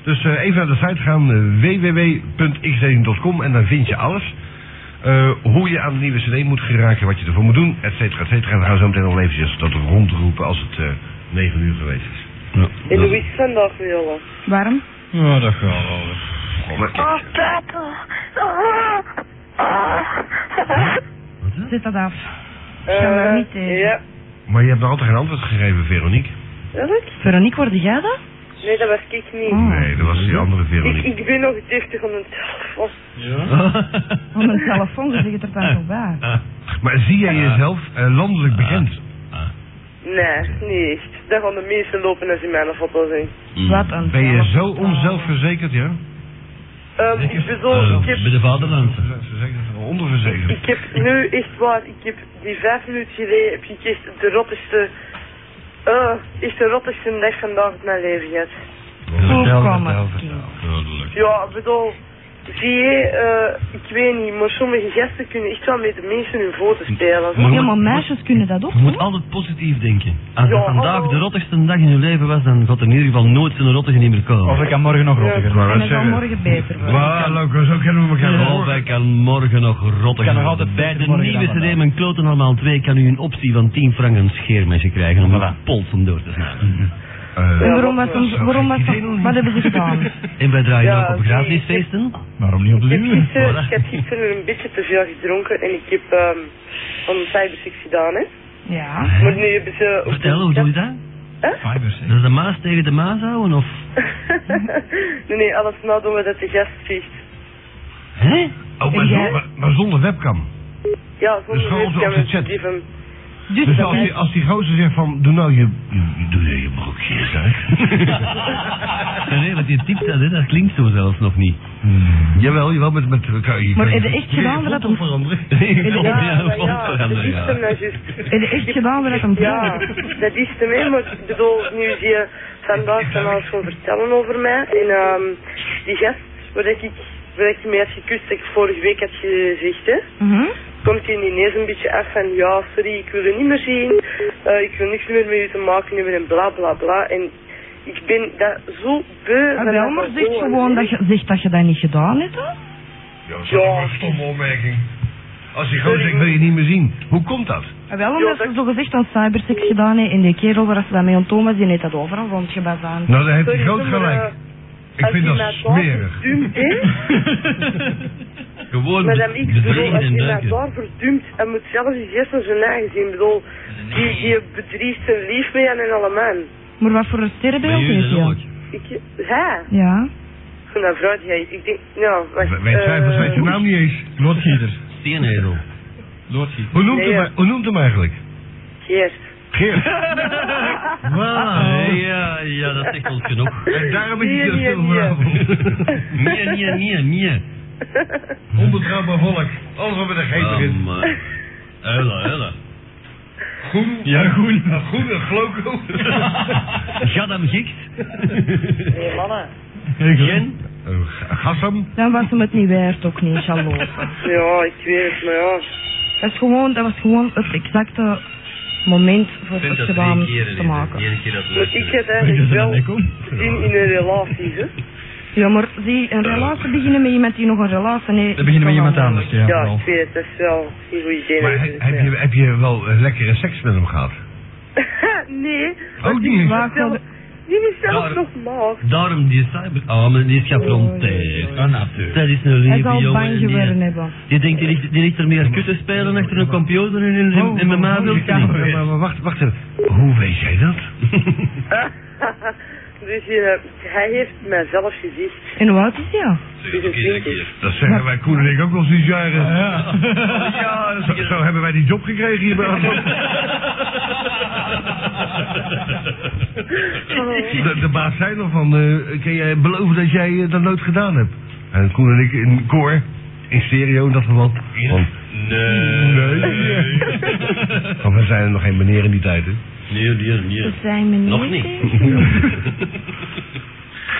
S7: Dus eh, even naar de site gaan, eh, www.xdating.com en dan vind je alles. Eh, hoe je aan de nieuwe cd moet geraken, wat je ervoor moet doen, et cetera, et cetera. En dan gaan we zo meteen nog eventjes dat rondroepen als het eh 9 uur geweest is.
S1: Ja,
S9: En
S1: dat-
S9: hoe is het vandaag nu al?
S2: Waarom?
S3: Ja, dat gaat wel.
S7: Maar-
S8: Oh, Oh.
S2: Zet dat af. Gaan we daar niet eh, tegen.
S9: Eh, ja.
S7: Maar je hebt nog altijd geen antwoord gegeven, Veronique.
S9: Welk?
S2: Veronique, word jij dat?
S9: Nee, dat was ik niet.
S2: Oh.
S7: Nee, dat was die andere Veronique.
S9: Ik, ik ben nog deftig aan het telefoon.
S2: Om een telefoon, dus ik het er dan zo bij.
S7: Maar zie jij jezelf eh, landelijk bekend?
S9: Nee, niet echt. Daar gaan de meesten lopen als ze mij een foto zien.
S1: Mm.
S2: Wat een
S7: Ben je zo
S2: telefoon.
S7: onzelfverzekerd, ja?
S9: Ehm, ik bedoel,
S1: Eh,
S9: ik, heb,
S1: bij de vaderland.
S7: Verzekerd, Onderverzekerd.
S9: ik heb nu echt waar, ik heb die vijf minuten geleden heb ik echt de rottigste, eh, echt de rottigste dag vandaag in mijn leven gehad.
S2: Hoe kan het, kind?
S9: Ja, ik bedoel, Zie je, eh, ik weet niet, maar sommige gasten kunnen echt wel met de mensen hun voeten spelen.
S1: Maar-
S2: Ja, maar meisjes kunnen dat ook
S1: Je moet
S2: doen.
S1: altijd positief denken. Als
S9: Ja,
S1: het vandaag
S9: hallo.
S1: de rottigste dag in je leven was, dan gaat er in ieder geval nooit zo'n rottige niet meer
S3: Of
S1: komen.
S3: ik kan morgen nog rottiger
S7: Maar
S2: En
S7: wat
S2: het zal
S7: zeggen?
S2: morgen beter worden.
S7: Waar, Loco, zo kennen we elkaar
S1: Wel, wij kan morgen nog rottig
S3: Kan nog
S1: worden.
S3: altijd
S1: Bij
S3: beter
S1: de
S3: morgen
S1: nieuwe
S3: dan
S1: CD mijn kloten allemaal 2 kan u een optie van 10 frank een scheermesje krijgen om een pols om door te slaan.
S2: En
S7: Eh,
S2: waarom was hem, waarom was hem, wat hebben ze gedaan?
S1: En wij draaien
S9: Ja,
S1: ook op
S9: nee.
S1: begrafenisfeesten.
S3: Waarom niet op de
S9: Ik heb
S3: uur?
S9: gisteren, ik heb gisteren weer een beetje te veel gedronken en ik heb ehm een cybersix gedaan, hè.
S2: Ja.
S9: Maar nu hebben ze... op de
S1: Vertel, hoe doe je dat?
S7: dus.
S3: Fibers, hè.
S1: Dat is de maas tegen de maas houden of...
S9: nee, nee, alles nou doen we dat de gast vliegt.
S1: Hè?
S7: Oh, maar,
S2: En
S7: zo-
S2: jij-
S7: maar- maar zonder webcam.
S9: Ja,
S7: Dus gewoon
S9: zonder
S7: op de- op de chat.
S9: geven.
S2: Dus,
S7: Dus
S2: dat
S7: als
S2: wij-
S7: die, als die gozer zegt van, doe nou je, je, doe je, je broekje eens uit.
S1: Ja, nee, want je typt dat, hè, dat klinkt zo zelfs nog niet.
S7: Jawel, jawel, met... met kan je, kan je-
S2: Maar heb je echt gedaan dat
S7: foto
S2: om-
S7: <laughs> veranderen?
S1: Ja,
S9: Ja, maar
S1: vond
S9: ja,
S1: ik
S9: dat
S1: wel,
S9: is
S1: ja.
S9: hem nou juist.
S2: Heb je echt gedaan wat hem
S9: Ja,
S2: vroeg?
S9: dat is hem, hè, maar ik bedoel, nu zie je vandaag van alles gewoon vertellen over mij. En ehm die gast, waar ik, waar ik mee had gekust, dat ik vorige week had gezegd, hè.
S2: Mhm.
S9: komt hij ineens een beetje af van ja, sorry, ik wil u niet meer zien, eh, ik wil niks meer met u te maken hebben en bla bla bla. En ik ben dat zo beu.
S2: Ah,
S9: van
S2: wel,
S9: dat
S2: maar
S9: gedoe,
S2: zeg gewoon
S9: hè.
S2: dat je, zeg dat je dat niet gedaan hebt. hè?
S7: Ja, dat is toch een stomme opmerking. Als die gozer zegt, wil je niet meer zien. Hoe komt dat?
S2: Ah, Wel omdat
S9: Ja,
S2: ze zo gezegd aan cybersex gedaan heeft en die kerel waar ze dat mee ontoon was, die heeft dat overal rondgebast aan.
S7: Nou, daar heeft hij
S9: Sorry,
S7: groot
S9: maar, eh,
S7: gelijk. Ik
S9: als
S7: vind
S9: je
S7: dat
S9: mij daar
S7: smerig.
S9: verdumt, hè,
S1: Gewoon
S9: maar dan ik bedoel,
S1: bedriegen
S9: als je
S1: en
S9: mij
S1: duiken.
S9: daar verdumt, en moet zelfs die gast naar zijn eigen zien. Ik bedoel, die, die bedriegt zijn lief mee en allemaal.
S2: Maar wat voor een
S1: Bij
S2: sterrenbeeld
S1: jullie
S2: heeft
S1: dan
S2: hij?
S1: ook.
S9: Ik, hè,
S2: Ja.
S9: van dat vrouwtje, ik denk, nou, wacht.
S7: We- Wij twijfels
S9: eh,
S7: weet je nou? naam niet eens.
S3: Loodgieter.
S1: Steenhedel.
S3: Loodgieter.
S7: Hoe noemt,
S9: Nee,
S7: hem,
S9: ja.
S7: hoe noemt hem eigenlijk?
S9: Geert.
S3: Oh.
S7: Geert.
S1: Ah,
S7: Wauw.
S1: Ja, ja, dat zegt ons genoeg.
S7: En daarom is hij
S9: Nee, nee,
S7: zo stil
S9: nee.
S7: vanavond.
S1: Nee, nee, nee, nee.
S7: Onbetrouwbaar volk. Alles wat met een geet erin.
S1: Um, eh, Uilen, uilen.
S7: Groen. Ja, groen. Groen en
S1: <laughs>
S7: gloko.
S1: Gaat hem gek?
S9: Nee, mannen.
S1: Jen?
S7: Oh, Gassam.
S2: Dan was hem het niet waard ook niet, Charlotte.
S9: Ja, ik weet het, maar
S7: Eh,
S9: ja.
S2: Dat, is gewoon, dat was gewoon het exacte moment voor het gedaan te maken.
S1: keer dat
S9: Maar ik heb eigenlijk wel zin in een relatie, hè.
S2: Ja, maar zie, een relatie beginnen met iemand die nog een relatie heeft.
S3: Dan beginnen we iemand anders, ja.
S9: Ja,
S3: vooral.
S9: ik weet het, dat is wel een goede idee.
S7: Maar he- heb je, heb je wel eh, lekkere seks met hem gehad?
S9: nee,
S7: Ook niet.
S2: Waar
S9: zelf-
S2: gaat-
S9: die is zelfs
S1: Daar-
S9: nog maag.
S1: Daarom die cyber... Ah, maar die is gefronteerd.
S3: Ah, natuurlijk.
S1: Dat is een
S2: Hij
S1: lieve
S2: zal bang
S1: jongen. die- eh,
S2: geworden hebben.
S1: Je denkt, die ligt, die ligt er meer kussen spelen achter een computer en in, in, in mijn ma wil
S7: Oh, Ja, maar,
S1: oh,
S7: maar- maar wacht, wacht even. Hoe weet jij dat?
S9: dus eh, hij heeft mij zelf gezegd.
S2: En hoe oud is hij?
S7: Dat zeggen wij Koen en ik ook al sinds jaren. Ja, <laughs> zo, zo hebben wij die job gekregen hier bij <laughs> Adlon. De, de baas zei nog van, eh, kan jij beloven dat jij eh, dat nooit gedaan hebt? En Koen en ik in koor, in stereo, dat we wat van... Nee. nee. <laughs> Want we zijn er nog geen meneer in die tijd, hè?
S1: Nee, nee,
S2: Ze
S1: nee.
S2: zijn meneer.
S1: Nog niet.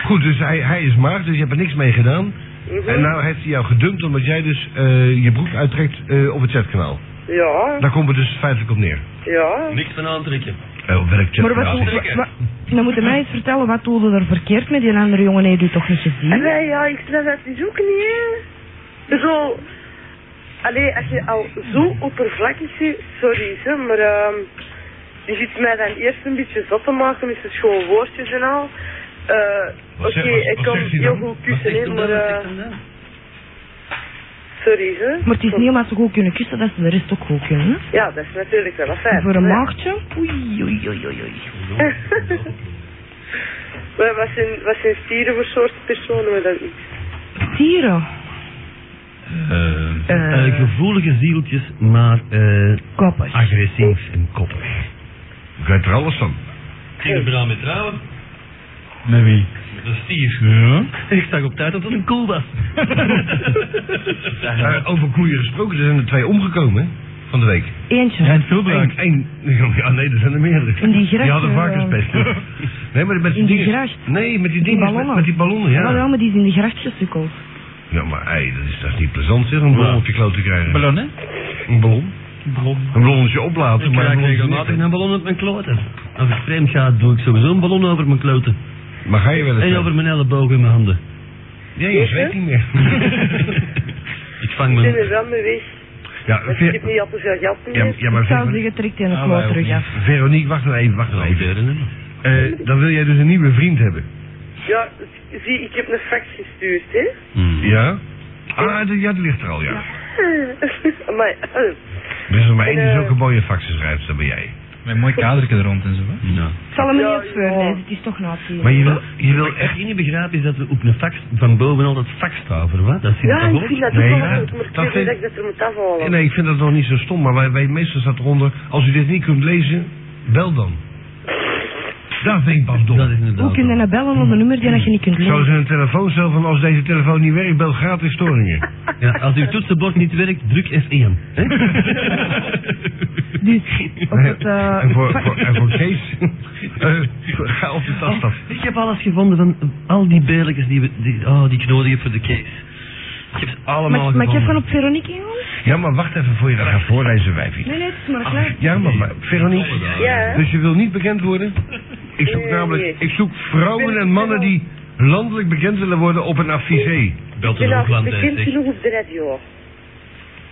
S7: Goed, dus hij, hij is maagd, dus je hebt er niks mee gedaan.
S9: Mhm.
S7: En nou heeft hij jou gedumpt omdat jij dus eh, je broek uittrekt eh, op het chatkanaal.
S9: Ja,
S7: Daar komt het dus feitelijk op neer.
S9: ja.
S1: Niks van aantrekken.
S7: Eh, op welk
S2: Maar
S7: chatkanaal?
S2: wat,
S7: zit je?
S2: wat, wat, dan moeten mij eens vertellen, wat doelde er verkeerd met die andere jongen? Heeft u toch niet
S9: En
S2: gezien?
S9: wij, ja, ik snap dat dus ook niet, hè. Zo... Allee, als je al zo oppervlakkig zit, sorry, hè, maar... ehm je zit mij dan eerst een beetje zot te maken met zijn schoon woordjes en al. Eh,
S7: Wat
S9: Oké,
S7: zeg- wat-
S9: ik
S7: wat
S9: kan
S7: zegt hij
S9: heel
S7: dan?
S9: goed
S1: Wat
S9: kussen,
S1: zegt
S9: hè,
S1: hem
S9: maar...
S1: dan? Wat
S9: eh,
S1: zegt hem dan?
S9: sorry, hè.
S2: Maar het is niet omdat ze goed kunnen kussen, dat ze de rest ook goed kunnen. hè?
S9: Ja, dat is natuurlijk wel een feit.
S2: Voor een
S9: Ja.
S2: maagdje? Oei, oei, oei, oei. oei.
S9: Maar Wat zijn, wat zijn stieren voor soort personen? Maar dan,
S2: Tieren. Eh.
S1: Eh, gevoelige zieltjes, maar eh,
S2: Koppers.
S7: Ah,
S1: agressief en koppig.
S7: Ik weet er alles van.
S1: Ging er bijna mee trouwen?
S3: Met wie?
S1: Dat is Steve.
S3: Ja.
S1: Ik zag op tijd dat het een koel was.
S7: <laughs> Eh, over koeien gesproken, er zijn er twee omgekomen hè, van de week.
S2: Eentje.
S3: Rijdt veel
S7: Eén, één, ja nee, er zijn er meerdere.
S2: In die gracht,
S7: Die hadden
S2: eh,
S7: varkenspest.
S2: <laughs>
S7: nee, maar met
S2: in die
S7: dinges-
S2: gracht.
S7: Nee, met die
S2: Die
S7: dingen. Met,
S2: ballonnen.
S7: met die ballonnen,
S2: Ja.
S7: ja.
S2: wel, maar die is in de gracht gesukkeld.
S7: Ja, maar ei, dat is, dat is niet plezant zeg, een ballon
S1: Ja.
S7: op je klauw te krijgen.
S3: Ballon, hè?
S7: Een ballon?
S3: Ballon.
S7: Een ballonnetje oplaten,
S1: Ik
S7: maar een
S1: krijg
S7: ballonnetje
S1: regelmatig
S7: niet.
S1: een ballon op mijn kloten. Als ik vreemd ga, doe ik sowieso een ballon over mijn kloten.
S7: Maar ga je wel eens...
S1: En over mijn elleboog en mijn handen.
S7: Ja, je zweet niet meer.
S2: <laughs>
S1: Ik vang
S9: Ik ben
S1: mijn...
S9: er wel mee weg.
S7: Ja,
S9: Want
S7: Ver-
S9: ik heb niet al te veel geld
S7: ja,
S9: meer.
S7: ja, maar
S2: Ik zou
S7: Ver-
S2: zeggen, trek die een
S3: Ah,
S2: kloot
S3: wij ook
S2: terug
S3: niet.
S2: af.
S7: Veronique, wacht nou even, wacht nou even.
S1: Even.
S7: Eh, dan wil jij dus een nieuwe vriend hebben.
S9: Ja, zie, ik heb een fax gestuurd, hè.
S1: Mm.
S7: Ja? Ah, de, ja, die ligt er al, ja. Dus
S9: maar, eh,
S7: Er is nog maar één die
S9: En, eh,
S7: zulke mooie faxen schrijft, dat ben jij.
S3: Met een mooi kadertje er rond en zo. hè.
S1: Ja.
S2: Ik zal hem
S9: Ja,
S2: niet op voorlezen,
S9: ja.
S2: het is toch nazi.
S1: Maar je wil, je wil echt niet begrijpen is dat we op een fax van boven altijd fax staan, voor wat? Dat zit
S9: ja,
S1: toch
S9: ik
S1: ook?
S9: vind dat ook
S7: Nee,
S9: wel
S7: ja,
S9: goed, maar ik
S7: dat
S9: weet niet
S7: vind-
S9: dat ik dat er moet afhalen.
S7: Nee, ik vind dat nog niet zo stom, maar wij, wij meestal staat eronder, als u dit niet kunt lezen, bel dan. Dat vind ik pas dom.
S1: Dat is inderdaad
S2: Hoe kun je
S1: zo.
S2: nou bellen op een nummer die dat je niet kunt
S7: Zoals
S2: lezen?
S7: in een telefooncel van als deze telefoon niet werkt, bel gratis
S2: <laughs>
S7: storingen.
S1: ja, Als uw toetsenbord niet werkt, druk F1. hè?
S2: Dus op het... eh,
S7: en,
S2: <laughs>
S7: voor, voor, en voor Kees, <laughs> eh, ga op de tast af.
S1: Ik heb alles gevonden van eh, al die beelletjes die, we, die, oh, die ik nodig heb voor de case. Ik heb ze allemaal
S2: mag, mag ik
S1: gevonden.
S2: even op Veronique ingaan?
S7: Ja, maar wacht even voor je dat gaat voorlezen, wijfie.
S2: Nee, nee, het is
S7: Ah.
S2: maar klaar.
S7: Ja, maar, maar Veronique,
S9: Ja,
S7: dus je wil niet bekend worden? Ik zoek
S9: Nee,
S7: namelijk,
S9: nee.
S7: ik zoek vrouwen en mannen die landelijk bekend willen worden op een affiché.
S1: Belt
S9: ik ben
S1: er
S9: al
S1: ook land
S9: bekend
S1: uit, zeg.
S9: genoeg op de radio.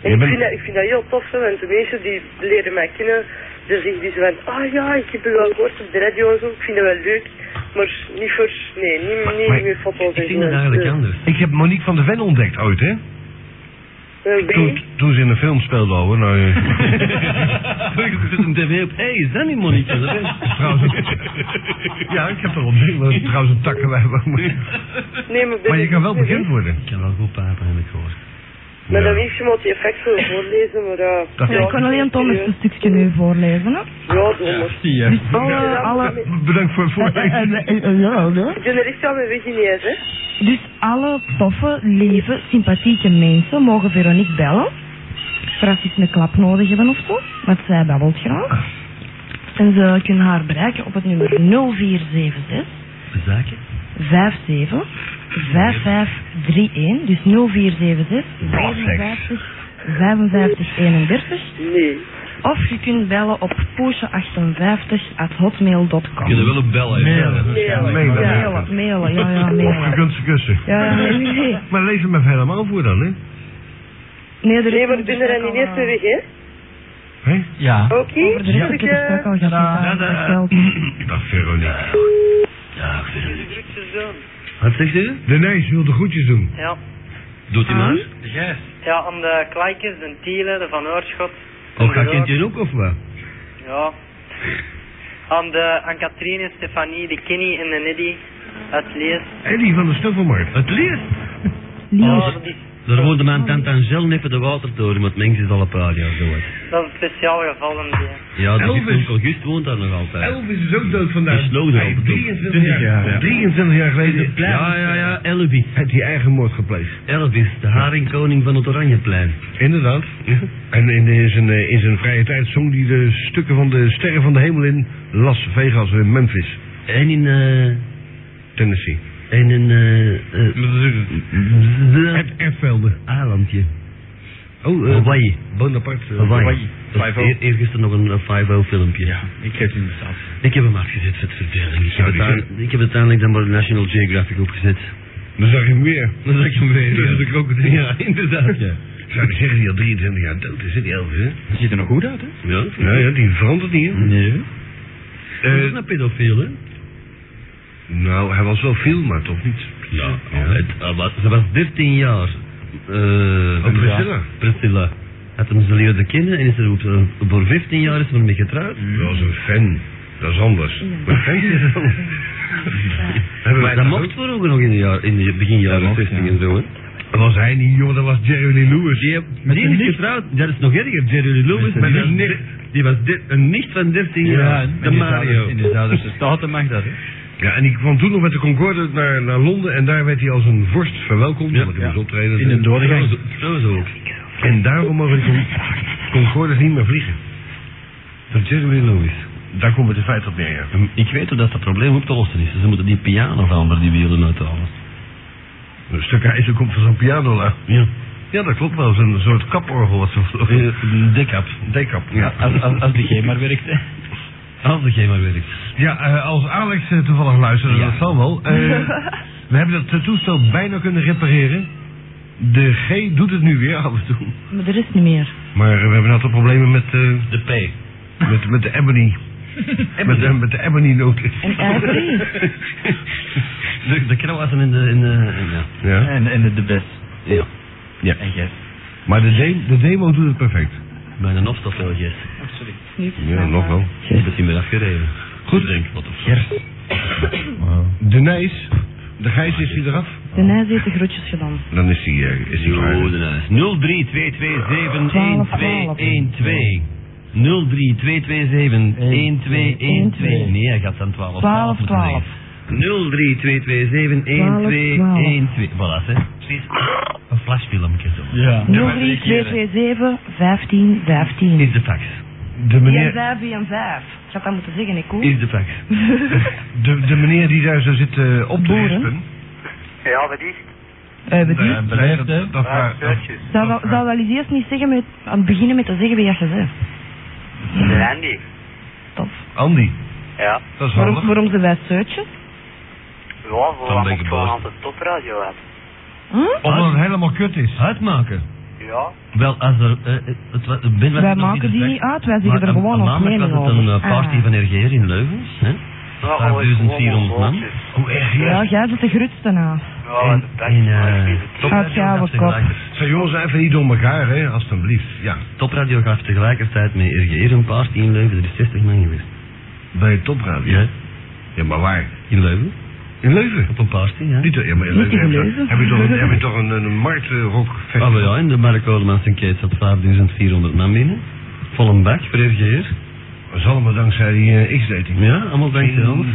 S9: En
S7: Je
S9: ik,
S7: bent-
S9: vind dat, ik vind dat heel tof, hè, want de mensen die leren mij kennen, die zeggen die zo van, ah ja, ik heb je wel gehoord op de radio en zo, ik vind dat wel leuk, maar niet voor, nee, niet, niet
S7: maar
S9: meer foto's en
S1: Ik
S9: zo. Dus,
S1: zie dat eigenlijk anders.
S7: Ik heb Monique van de Ven ontdekt ooit, hè?
S9: Eh, ben je-
S7: Toen, toen ze in een film speelde al, hoor. Nou,
S1: <laughs>
S7: eh,
S1: Ik zet een tv op. Hé, hey, is dat niet Monique? Dat is-
S7: <laughs> trouwens ook-
S1: <laughs>
S7: ja, ik heb er op zich wel trouwens een takkenwijf. ook, Maar,
S9: nee, maar, ben
S7: maar je kan wel
S9: niet meer,
S7: bekend worden.
S1: Ik heb wel goed papen, heb ik gehoord.
S9: hè. Maar dan
S7: Ja.
S9: heeft je moet die effect wel voorlezen, maar... eh,
S7: Dat-
S2: Ja, ik kan alleen Thomas een stukje nu voorlezen, hè? Dus
S9: Ja, doe maar.
S3: Zie je.
S7: Oh,
S2: Alle, alle,
S7: Ja, Bedankt voor het voorlezen.
S9: Ik ben er echt aan mijn weg in eens, hè.
S2: Dus alle toffe, lieve, sympathieke mensen mogen Veronique bellen. Straks eens een klap nodig hebben of zo, want zij babbelt graag. En ze kunnen haar bereiken op het nummer 0476
S1: Zaken?
S2: 57 5531. Dus 0476 55 55 31.
S9: Nee.
S2: Of je kunt bellen op poesje58 at
S1: We kunnen
S2: hotmail.com.
S1: wel op bellen. hè.
S3: Mailen.
S9: Mailen.
S7: Nee, maar-
S2: Mailen, mailen, ja, ja,
S7: Of je
S2: mailen.
S7: kunt ze kussen.
S2: Ja, ja, nee, nee.
S7: Maar lees hem even helemaal voor dan, hè?
S2: Nee, er is
S9: Nee, maar ik ben
S4: dus
S9: er
S2: ondertussen
S9: aan
S2: ook
S9: die
S2: al,
S9: eerste
S2: eh,
S9: weg, hè.
S3: Hè? Ja.
S9: Oké,
S2: Over de rest heb ik het
S9: eh,
S2: ook al gehad.
S1: da, da.
S2: verteld.
S7: Dag Veronique.
S1: Ja, Veronique.
S4: Drukjes doen.
S1: Wat zegt u?
S7: De neus wil de groetjes doen.
S4: Ja.
S1: Doet hij maar.
S3: Yes.
S4: ja, aan de Kleikens, de Tielen, de Van Oorschot.
S1: Of gaat kind hier ook, of wat?
S4: Ja. Aan, de, aan Katrien en Stefanie, de Kenny en de Neddy uit Lees.
S7: Eddie van de Snuffelmarkt.
S1: Het leert.
S4: Oh, dat, is,
S1: Daar woonde mijn tante Angel net voor de watertoren, want mengs is al een paar jaar zo.
S4: dat is een speciaal geval. om Die,
S1: Ja, dus
S7: Elvis.
S1: Elvis. August woont daar nog altijd.
S7: Elvis is ook dood vandaag.
S1: Die sloot
S7: Hij
S1: erop,
S7: heeft
S1: toch?
S7: 23 jaar,
S3: ja.
S7: 23 jaar geleden.
S1: Ja, ja, ja, Elvis.
S7: Heeft hij eh, eigen moord gepleegd.
S1: Elvis, de haringkoning van het Oranjeplein.
S7: Inderdaad. En in, de- in zijn, eh, in zijn vrije tijd zong hij de stukken van de Sterren van de Hemel in Las Vegas, eh, Memphis,
S1: En in, eh.
S7: Tennessee.
S1: en in, eh. eh, de-
S7: Het Ervelden.
S1: Eilandje.
S7: Oh, eh,
S1: Hawaii.
S7: Bonaparte. eh,
S1: Hawaii. Dat is
S3: 5-0.
S1: eer- Eergisteren nog een eh, 5-0 filmpje.
S3: Ja, ik heb hem besteld.
S1: Ik heb hem afgezet voor het verdeling. Ik heb,
S7: Sorry,
S1: het aan- ik heb uiteindelijk dan maar de National Geographic opgezet.
S7: Dan zag je hem weer.
S1: Dan zag ik hem weer.
S7: Tussen de krokodil.
S1: Ja, inderdaad. Ja,
S7: Zou ik zeggen die al 23 jaar dood is, hè, die Elvis, hè?
S3: Ziet er nog goed uit, hè?
S1: ja.
S7: Ja, ja, die verandert niet, hè?
S1: Nee.
S7: Eh,
S1: dat is een pedofiel, hè?
S7: Nou, hij was wel veel, maar toch niet.
S1: Ja, het, hij was, ze was 13 jaar. eh
S7: Oh, Priscilla.
S1: Priscilla. Had hem ze leren kennen en is er op, eh, voor 15 jaar is ze ermee getrouwd.
S7: Dat was een fan. Dat is anders. Maar fan is anders. Hebben
S1: Maar
S7: nou? wij
S1: dat
S7: toch
S1: mocht voor ook nog in de, jaar, in de begin jaren
S3: mocht,
S1: 60
S3: ja.
S1: en zo, hè?
S7: ook- Dat was hij niet, jongen. Dat was Jerry Lee Lewis.
S1: Die, heb-
S3: Met
S1: die
S3: een
S1: is
S3: nicht.
S1: getrouwd, dat is nog erger, Jerry Lee Lewis.
S3: Met
S1: maar
S3: een
S1: die was
S3: nicht.
S1: der- Die was der- een nicht van 13 jaar, de Mario.
S3: In de Zuiderse Staten mag dat, hè?
S7: Ja, en die kwam toen nog met de Concorde naar, naar Londen. En daar werd hij als een vorst verwelkomd.
S1: Ja,
S7: want hij
S3: ja.
S7: moest optreden.
S3: In een doorgang.
S1: Zo- Zo zo ook.
S7: En daarom mogen de Con- Concordes niet meer vliegen.
S1: Door Jerry Lee Lewis.
S7: Daar komt het in feite op neer, ja.
S1: Ik weet hoe dat, dat probleem op te lossen is. Ze moeten die piano veranderen, die wielen uit alles.
S7: Een stuk ijzer komt van zo'n piano la.
S1: Ja.
S7: Ja, dat klopt wel. Zo'n soort kaporgel was dat.
S1: Dekap.
S7: Dekap, ja.
S3: Als, als, als die G maar werkt, hè.
S1: Als de maar werkt.
S7: Ja, eh, als Alex eh, toevallig luistert, dat zal wel. Eh, we hebben dat eh, toestel bijna kunnen repareren. De G doet het nu weer af en toe.
S2: Maar er is niet meer.
S7: Maar eh, we hebben altijd problemen met, eh,
S1: De P.
S7: met, met de Ebony. met, de, met de Ebony noot.
S2: En eigenlijk
S1: De, de krawatten in de... In de in, ja.
S7: Ja.
S3: En, en de- de best.
S1: ja.
S7: ja.
S3: En yes.
S7: Maar de, de, de demo doet het perfect.
S1: Bij een opstelstel, yes.
S2: niet.
S7: Ja, nog wel.
S1: Je bent niet meer afgereden. Goed, denk ik. Wat of
S7: De Nijs. De Gijs is die eraf.
S2: De Nijs heeft de groetjes gedaan.
S7: Dan is hij eh, is die klaar.
S1: 0322711212. 0322711212. Nee, hij gaat dan 12.
S2: 12, 12.
S1: 0322711212. Voilà, hè. Precies. Een flashfilmpje zo.
S3: Ja.
S2: 03 227 15 15.
S1: Is de fax.
S7: De meneer,
S2: 5 en 5. Ik had dat moeten zeggen, ik hoor.
S1: Is de fax.
S7: de, de meneer die daar zo zit eh, op te
S2: Boeren.
S7: rispen.
S4: Ja, wat is?
S2: Eh, weet je,
S3: Eh, beleefd, hè.
S7: Dat vraag- dat-
S2: zou wel- zou wel eens eerst niet zeggen met, aan het beginnen met te zeggen wie dat je bent.
S4: Randy.
S2: Tof.
S7: Andy.
S4: Ja.
S7: Dat is handig.
S2: Waarom, waarom ze wij searchen?
S4: Ja, voor
S1: Dan
S4: wat
S1: ben ik
S4: moet ik gewoon
S1: boos.
S4: aan de topradio uit?
S1: Oh,
S2: Hm?
S7: Omdat het helemaal kut is.
S1: Uitmaken.
S4: Ja.
S1: Wel, als er... eh, eh, het, wa- ben, was
S2: Wij
S1: het nog
S2: maken
S1: de
S2: die
S1: fax?
S2: niet uit, wij
S1: Maar
S2: zeggen er
S1: een-
S2: gewoon ons
S1: Namelijk was
S2: mening
S1: het
S2: over.
S1: een eh, party
S2: Ah.
S1: van RGR in Leuvens, hè?
S4: Ja, gewoon eens gewoon
S1: 5400 man.
S4: woordjes.
S1: Hoe erg
S2: Ja, jij bent de grootste nou.
S4: Ja, dat
S1: En, eh,
S4: is
S1: Topradio
S2: Gaat jouw
S1: gaat
S2: kop.
S1: tegelijkertijd-
S7: Zeg jongens, zijn even niet door elkaar, hè, alstublieft. Ja.
S1: Topradio gaat tegelijkertijd met RGR een party in Leuven. Er is 60 man geweest.
S7: Bij Topradio.
S1: Ja,
S7: Ja, maar waar?
S1: in Leuven.
S7: In Leuven.
S1: Op een party, ja.
S7: Niet, ja, maar in
S2: Niet
S7: Leuven.
S2: in
S7: heb je-
S2: Leuven.
S7: Heb je toch een, heb je toch een, een marktrockfestival?
S1: Ah, wel ja, in de Mark Olemans en Keet zat 5400 man binnen. Vol een bak voor RGR.
S7: Dat is allemaal dankzij die eh, X-dating.
S1: Ja, allemaal dankzij ons.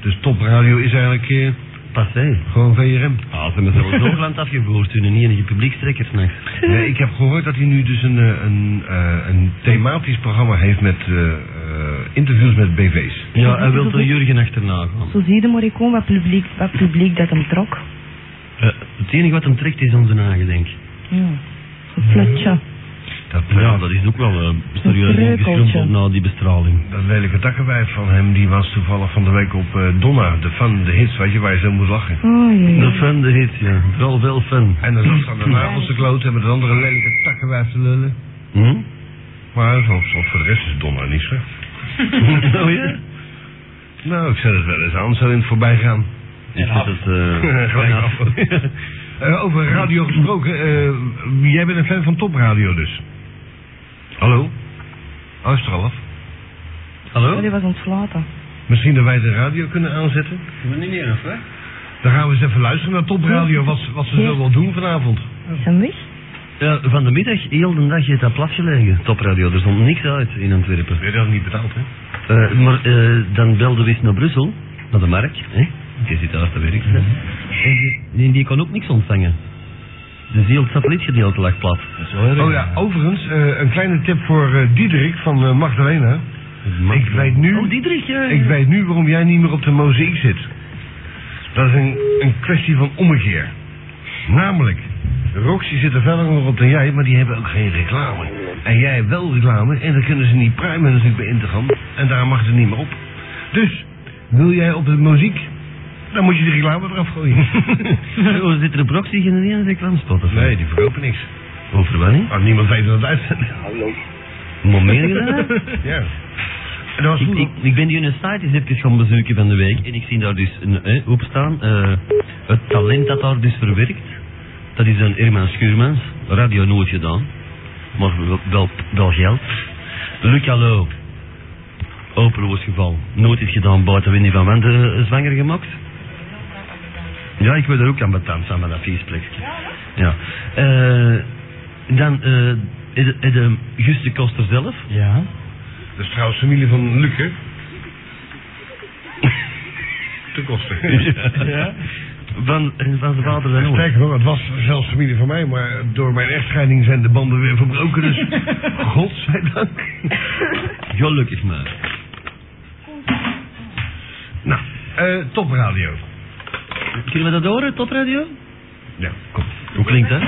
S7: Dus topradio is eigenlijk eh,
S1: Passé.
S7: gewoon VRM.
S1: Ah, ze hebben zelfs Hoogland afgevoerd toen en niet enige publiekstrekker s'nachts.
S7: Eh, ik heb gehoord dat hij nu dus een, eh, een, eh, een thematisch programma heeft met eh, eh, interviews met BV's.
S1: Ja, hij wil de Jurgen achterna gaan.
S2: Zo zie je de Morricone wat publiek, wat publiek dat hem trok.
S1: Eh, het enige wat hem trekt is onze nagen, denk ik.
S2: Ja. Een flutje.
S7: Dat, eh,
S1: Ja, dat is ook wel eh, serieus
S2: Een
S1: ingeschrompeld
S2: kreukeltje.
S1: na die bestraling.
S7: Dat lelijke takkenwijf van hem, die was toevallig van de week op eh, Donna, de fan, de hits, weet je, waar je zo moest lachen.
S2: Oh jee.
S1: De fun, de hit, ja. Wel, wel fun.
S7: En dan zat ze aan de nagels te kloten en met een andere lelijke takkenwijf te lullen.
S1: Hm?
S7: Maar zo- zo- voor de rest is Donna niet slecht.
S1: oh ja?
S7: Nou, ik zet het wel eens aan, zo in het voorbijgaan.
S1: Ik zit het... eh,
S7: Gelijk
S1: en
S7: af.
S1: af.
S7: <laughs> Eh, over radio gesproken, eh, jij bent een fan van topradio dus. Hallo? Oh, is het er al af?
S2: Oh,
S1: Hallo?
S2: die was ontslaten.
S7: Misschien dat wij de radio kunnen aanzetten?
S1: niet meer af, hè?
S7: Dan gaan we eens even luisteren naar topradio, wat, ze- wat ze zo wel doen vanavond.
S2: Is hem weg?
S1: <laughs> Ja, van de middag, heel de dag, heeft dat platgelegen, topradio. Er stond niks uit in Antwerpen.
S7: Weer dat niet betaald, hè?
S1: Eh, maar eh, dan belden we eens naar Brussel, naar de markt. Hè? Je zit daar te werk. hè. En die, die, die kon ook niks ontvangen. Dus heel het satellietgedeelte lag plat.
S7: Oh ja, overigens, eh, een kleine tip voor eh, Diederik van eh, Magdalena. Ik weet, nu,
S1: Oh, Diederik, ja.
S7: ik weet nu waarom jij niet meer op de mozaïek zit. Dat is een, een kwestie van ommekeer. Namelijk, Roxy zit er verder nog op dan jij, maar die hebben ook geen reclame. En jij hebt wel reclame en dan kunnen ze niet primen natuurlijk bij Intergram. En daar mag ze niet meer op. Dus, wil jij op de muziek, dan moet je de reclame eraf
S1: <laughs>
S7: gooien.
S1: Oh, zit er een proxy in de ene reclamespot? of wat?
S7: nee, die verkopen niks.
S1: Over wat niet?
S7: Als niemand weet dat het uitzendt.
S1: Maar
S7: <laughs>
S1: meer gedaan?
S7: Ja. En dat was
S1: Ik,
S7: toen
S1: ik, ik ben die in een site eens even gaan bezoeken van de week en ik zie daar dus een, eh, op staan, eh, het talent dat daar dus verwerkt, dat is een Irma Schuurmans, radio nooit gedaan, maar wel, wel, wel geld. Luc Allo, openloos geval, nooit is gedaan buiten Winnie van Wende eh, zwanger gemaakt. Ja, ik wil er ook aan betalen, samen met dat viesplekje. Ja. Eh, dan, eh, is het- is het Guste Koster zelf,
S3: Ja.
S7: Dat is trouwens familie van Luc, <laughs> hè? Ten <laughs> koste.
S1: van, van zijn vader en oor.
S7: Sterker nog, het was zelfs familie van mij, maar door mijn echtscheiding zijn de banden weer verbroken, <laughs> dus godzijdank.
S1: Gelukkig maar.
S7: Nou, eh, topradio.
S1: Kunnen we dat horen, topradio? Ja, kom. Hoe klinkt dat?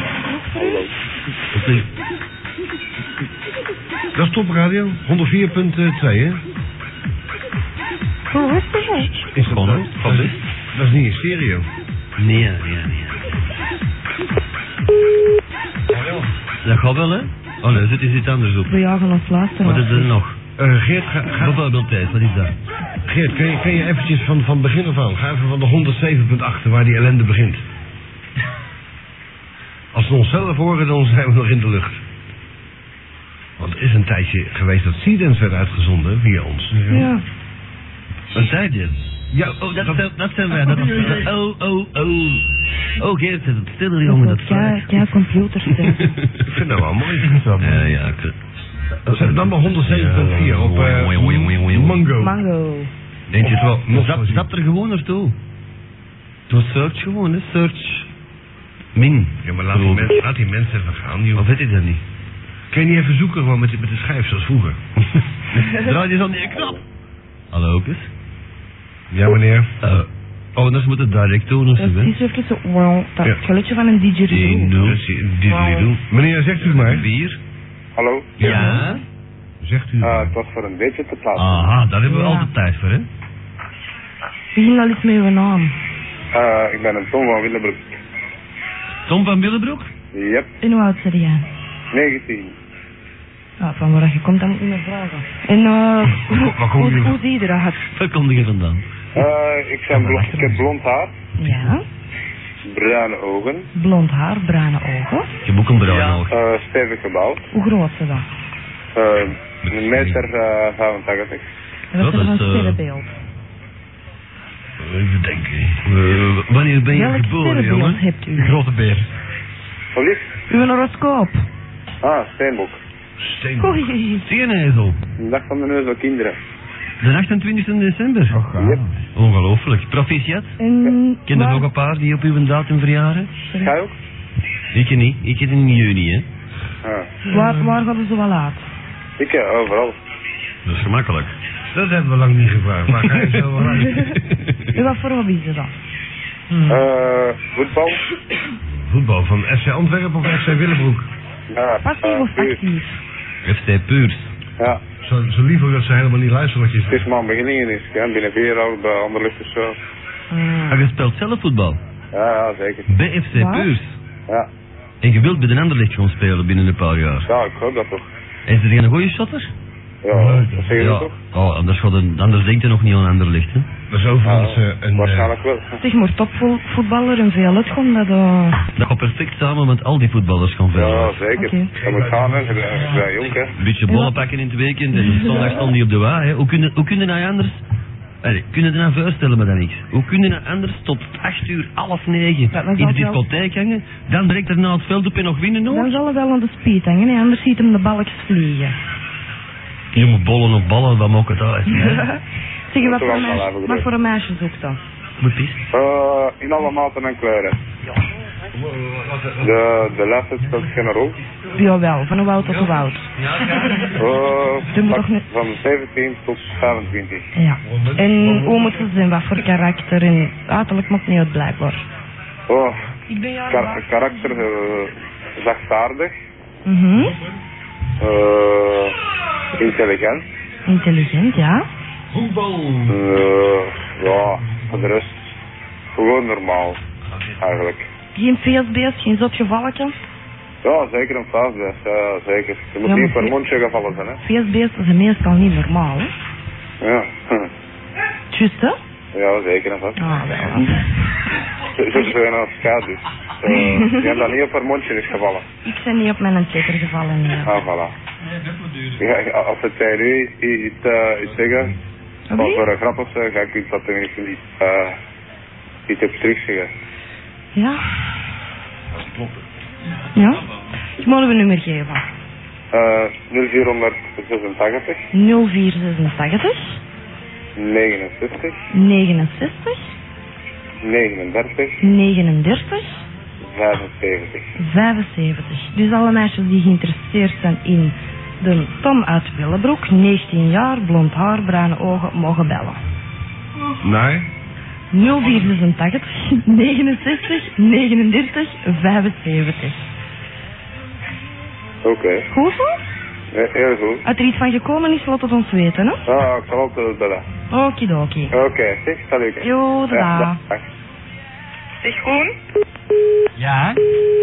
S1: Hoe klinkt...
S7: Dat is topradio, 104.2 hè?
S2: Hoe is het?
S1: Is het van, van dit?
S7: Dat is niet in stereo.
S1: Nee, nee, nee. Dat gaat wel, hè? Oh nee, zit is iets anders op.
S2: We jagen als laatste
S1: Wat
S2: af.
S1: is er nog?
S7: Eh, Geert, ga, ga-
S1: Bijvoorbeeld Thijs, wat is dat?
S7: Geert, kun je, kun je eventjes van, van begin af aan, ga even van de 107.8 waar die ellende begint. Als we onszelf horen, dan zijn we nog in de lucht. Want het is een tijdje geweest dat Seedance werd uitgezonden via ons.
S2: Ja.
S1: Een tijdje.
S7: Ja,
S1: Oh, dat, zijn- dat zijn wij. Dat was, oh, oh, oh. Oh, Geert, zit het stil, jongen. Dat is waar.
S2: Ja, computers. hè.
S7: <laughs>
S1: <laughs>
S7: ik vind dat wel mooi. Ik vind dat wel mooi.
S1: Ja, ja. ik-
S7: Zet dan maar 107.4 op eh,
S1: Oei, oei, oei, oei, oei.
S7: Mango.
S2: Mango.
S1: Denk je het wel?
S7: Nog
S1: Zap,
S7: gezien.
S1: zap er gewoon naartoe. Doe search gewoon, hè. Search. Min.
S7: Ja, maar laat die, mensen, laat die mensen even gaan, joh.
S1: Of weet ik dat niet?
S7: Kun je niet even zoeken gewoon met, die- met de schijf zoals vroeger?
S1: <laughs> Draai je dan die knap. Hallo, ook eens.
S7: Ja, meneer.
S1: Eh, oh, anders moet het direct doen als je
S2: Dat
S1: bent.
S2: is even zo, wow, dat
S7: Ja.
S2: geluidje van een didgeridoo.
S1: Diddelidoe.
S7: Meneer, zegt u het maar.
S1: Bier?
S10: Hallo?
S1: Ja.
S7: Zegt u het
S10: Eh,
S1: Ah,
S7: maar.
S10: het was voor een beetje te plaatsen.
S1: Aha, daar hebben we
S2: Ja.
S1: altijd tijd voor, hè?
S2: Begin al iets met uw naam.
S10: Eh, ik ben een Tom van Willebroek.
S1: Tom van Billenbroek?
S10: Yep,
S2: En hoe oud zit jij?
S10: 19.
S2: Ja, van waar dat je komt, dat moet je me vragen. En eh, hoe,
S7: waar kom je
S2: hoe,
S7: van?
S2: hoe zie je dat?
S1: Waar kom je vandaan?
S10: Eh, ik, ben blond, ik heb blond haar,
S2: Ja,
S10: bruine ogen,
S2: blond haar, bruine ogen.
S1: Je boek een bruin oog.
S10: eh, stevig gebouwd.
S2: Hoe groot is dat?
S10: Eh, een meter eh 85.
S1: Dat
S2: Dat is
S1: is,
S2: een
S1: eh,
S2: sterrenbeeld.
S1: Even denken. Eh, wanneer ben je
S2: Welk
S1: geboren,
S2: sterrenbeeld
S1: jongen?
S2: hebt u?
S1: Grote beer.
S10: Verliefd?
S2: Uw horoscoop.
S10: Ah, steenbok.
S1: Steen.
S2: Oei.
S1: Steenijzel.
S10: Een dag van de neus van kinderen.
S1: De 28 december.
S10: Yep.
S1: Ongelooflijk. Proficiat.
S2: En
S1: Ken er
S2: waar-
S1: nog een paar die op uw datum verjaren?
S10: Ga je ook?
S1: Ik niet. Ik zit in juni, hè.
S10: Ah.
S2: waar, waar gaan we zo wel uit?
S10: Ik ja, overal.
S1: Dat is gemakkelijk.
S7: Dat hebben we lang niet gevraagd. Maar ga je zo wel uit?
S2: <laughs> En wat voor hobby is dat?
S1: Mm.
S10: Eh, voetbal?
S7: Voetbal van FC Antwerpen of FC Willebroek?
S10: Ja.
S2: Passief
S10: eh,
S2: of
S10: puur.
S2: actief?
S1: FC Puurs.
S10: Ja,
S7: Zo, zo lief ook dat ze helemaal niet luisteren wat je
S10: het
S7: zegt.
S10: is maar een beginning dus. Ja. Binnen vier jaar bij Anderlecht of zo.
S1: Maar je speelt zelf voetbal.
S10: Ja, ja, zeker.
S1: Bij FC
S2: Waar?
S1: Puurs.
S10: Ja.
S1: En je wilt bij de Anderlecht gaan spelen binnen een paar jaar.
S10: ja, ik hoop dat toch.
S1: Is er geen goede shotter?
S10: Ja, dat zeg je toch?
S1: Oh, anders, gaat een, anders denkt hij nog niet aan Anderlecht, hè.
S7: Dat is overigens eh,
S10: Ah,
S7: een... eh,
S10: waarschijnlijk wel.
S2: Zeg maar, topvoetballer en veel uitgaan, dat... eh,
S1: Dat gaat perfect samen met al die voetballers gaan verder.
S10: Ja, zeker.
S2: Oké.
S10: Dat moet gaan, hè. Ik ben- ik ben jong, hè.
S1: Een beetje bollen pakken in het weekend en op zondag stond hij op de wa. Hè. Hoe kun je, hoe kun je nou anders... Allee, kun je het nou voorstellen, maar dan niks. Hoe kun je nou anders tot 8 uur, half
S2: dat
S1: 9 in de
S2: zal wel-
S1: discotheek hangen, dan direct daarna het veld op en nog winnen
S2: Dan
S1: nog?
S2: zal het wel aan de speed hangen, hè, anders ziet hem de balkjes vliegen.
S1: Je moet bollen op ballen, dan maakt het uit. hè.
S2: Zeg, wat
S10: Toch
S2: voor,
S10: wel wel
S2: meisje,
S10: even
S2: wat
S10: leuk.
S2: voor een meisje zoekt dat?
S1: Moet pissen.
S10: Eh, in alle maten en kleuren. De, de leeftijd speelt geen rol.
S2: Jawel, van hoe oud tot hoe oud.
S10: Eh,
S2: Doe me
S10: van-
S2: toch niet-
S10: van 17 tot 25.
S2: Ja. En hoe moet ze zijn, wat voor karakter en uiterlijk maakt niet uit blijkbaar.
S10: Oh,
S2: Ik ben jou
S10: kar- karakter eh, zachtaardig, eh, intelligent.
S2: Intelligent, ja.
S10: Eh, ja, voor de rest gewoon normaal eigenlijk.
S2: Geen feestbeest, geen zotgevalletje.
S10: Ja, zeker een paasbeest, ja, ja, zeker. Je moet
S2: Ja,
S10: niet
S2: maar-
S10: voor mondje gevallen zijn, hè.
S2: Feestbeesten zijn meestal niet normaal, hè.
S10: Ja, <laughs>
S2: Juist, hè?
S10: ja zeker en vast.
S2: Ah,
S10: <laughs>
S2: wel.
S10: Zo zo zijn als schaduw. dus. Eh, je hebt dat niet op haar mondje is gevallen.
S2: Ik ben niet op mijn tetter gevallen, nee.
S10: Ah, voilà. Ja, ja, als het tegen u is, i- iets, eh, iets zeggen,
S2: Oké?
S10: of voor een grap of zo, ga ik u dat tenminste niet, eh, niet op terug zeggen.
S2: Ja. Ja? Ik moet een nummer geven.
S10: Eh 0486,
S2: 0486
S10: 69,
S2: 69
S10: 39,
S2: 39
S10: 75.
S2: 75. Dus alle meisjes die geïnteresseerd zijn in de Tom uit Willebroek, 19 jaar, blond haar, bruine ogen, mogen bellen.
S7: Nee?
S2: 0486 69 39 75.
S10: Oké.
S2: Goed zo?
S10: He- Heel goed.
S2: Als er iets van gekomen is, laat het ons weten, hè?
S10: Ah, ik zal altijd bellen.
S2: Okidoki.
S10: Oké, zeg, salut.
S2: Jo, da.
S10: Ja, dag.
S6: Zeg Koen,
S3: Ja?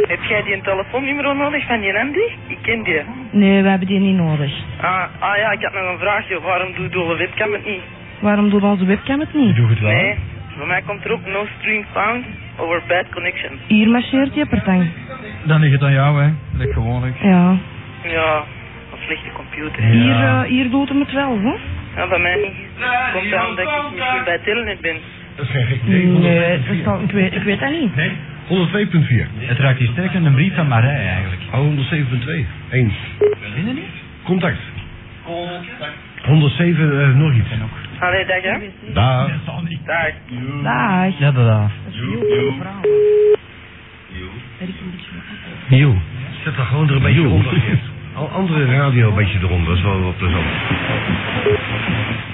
S6: heb jij die een telefoonnummer nodig van die Andy? Ik ken die.
S2: Nee, we hebben die niet nodig.
S6: Ah, ah ja, ik had nog een vraagje. Waarom doet de webcam het niet?
S2: Waarom doet onze webcam het niet?
S3: Doe het wel.
S6: Nee, bij mij komt er ook no stream found over bad connection.
S2: Hier marcheert je pertang.
S3: Dan ligt het aan jou, hè. Lekker gewoonlijk.
S2: Ja.
S6: Ja, een slechte computer. hè.
S2: Hier, eh, hier doet hem het wel, hoor.
S6: Ja, bij mij niet. Komt aan dat ik misschien bij Telenet ben.
S7: Dat is geen gek idee.
S2: Nee, dat zal- ik weet, ik weet dat niet.
S7: 102.4.
S3: Het ruikt hier sterk aan een brief van Marij eigenlijk.
S7: Oh, 107.2. Eens.
S3: Weet je niet?
S7: Contact. 107, eh, nog iets. Ah,
S6: Allee, dag hè.
S7: Daar.
S6: Dag.
S2: Dag.
S3: Ja, dat wel.
S2: Dat is heel veel verhaal. Ben ik een beetje
S3: Nieuw.
S7: Zet dat gewoon er een beetje onder. eerst. Al andere radio een beetje eronder, dat is wel wat plezant.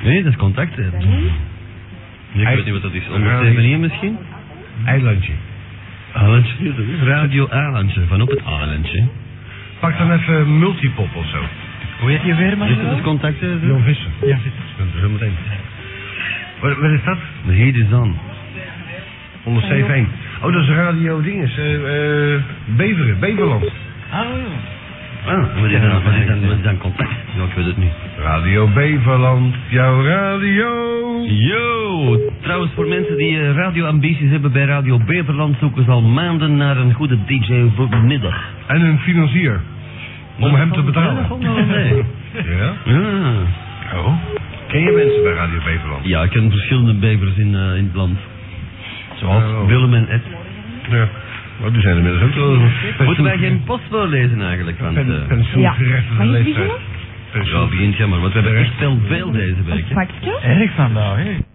S1: Nee, dat is contact. eh. Nee, ik weet niet wat dat is. Onder
S7: Radio.
S1: manier misschien?
S3: Mhm.
S7: Eilandje.
S1: Alentje, dat is Radio Alentje, van op het Alentje.
S7: Pak dan even multipop of zo.
S3: Hoe heet je weer, man?
S1: Is dat het contact? eh, zo?
S7: Jan Visser.
S3: Ja.
S7: Dat is helemaal één. Wat, wat is dat?
S1: Hier is dan.
S7: 107.1. Oh, dat is radio dinges. eh, eh, Beveren, Beverland.
S3: Ah,
S1: Ah, wat is dan, wat is dan, wat is dan contact? Nou, ik weet het niet.
S7: Radio Beverland, jouw radio.
S1: Yo! Trouwens, voor mensen die eh, radioambities hebben bij Radio Beverland, zoeken ze al maanden naar een goede DJ voor de middag.
S7: En een financier. Om hem te betalen.
S1: Nee.
S7: <laughs> Ja?
S1: <laughs> Ja.
S7: Oh. Ken je mensen bij Radio Beverland?
S1: ja, ik ken verschillende bevers in, eh, in het land. Zoals
S7: Oh.
S1: Willem en Ed.
S7: Ja. Maar Oh, die zijn inmiddels ook wel...
S1: Moeten wij geen post voorlezen eigenlijk? Want,
S7: Pen-
S1: eh
S7: Pensioengerechtigde
S2: Ja. Mag ik
S7: leeftijd.
S2: beginnen?
S1: ja, begint jammer, want we hebben echt veel veel deze week.
S2: Een
S1: hè.
S2: pakje?
S3: erg vandaag, hè.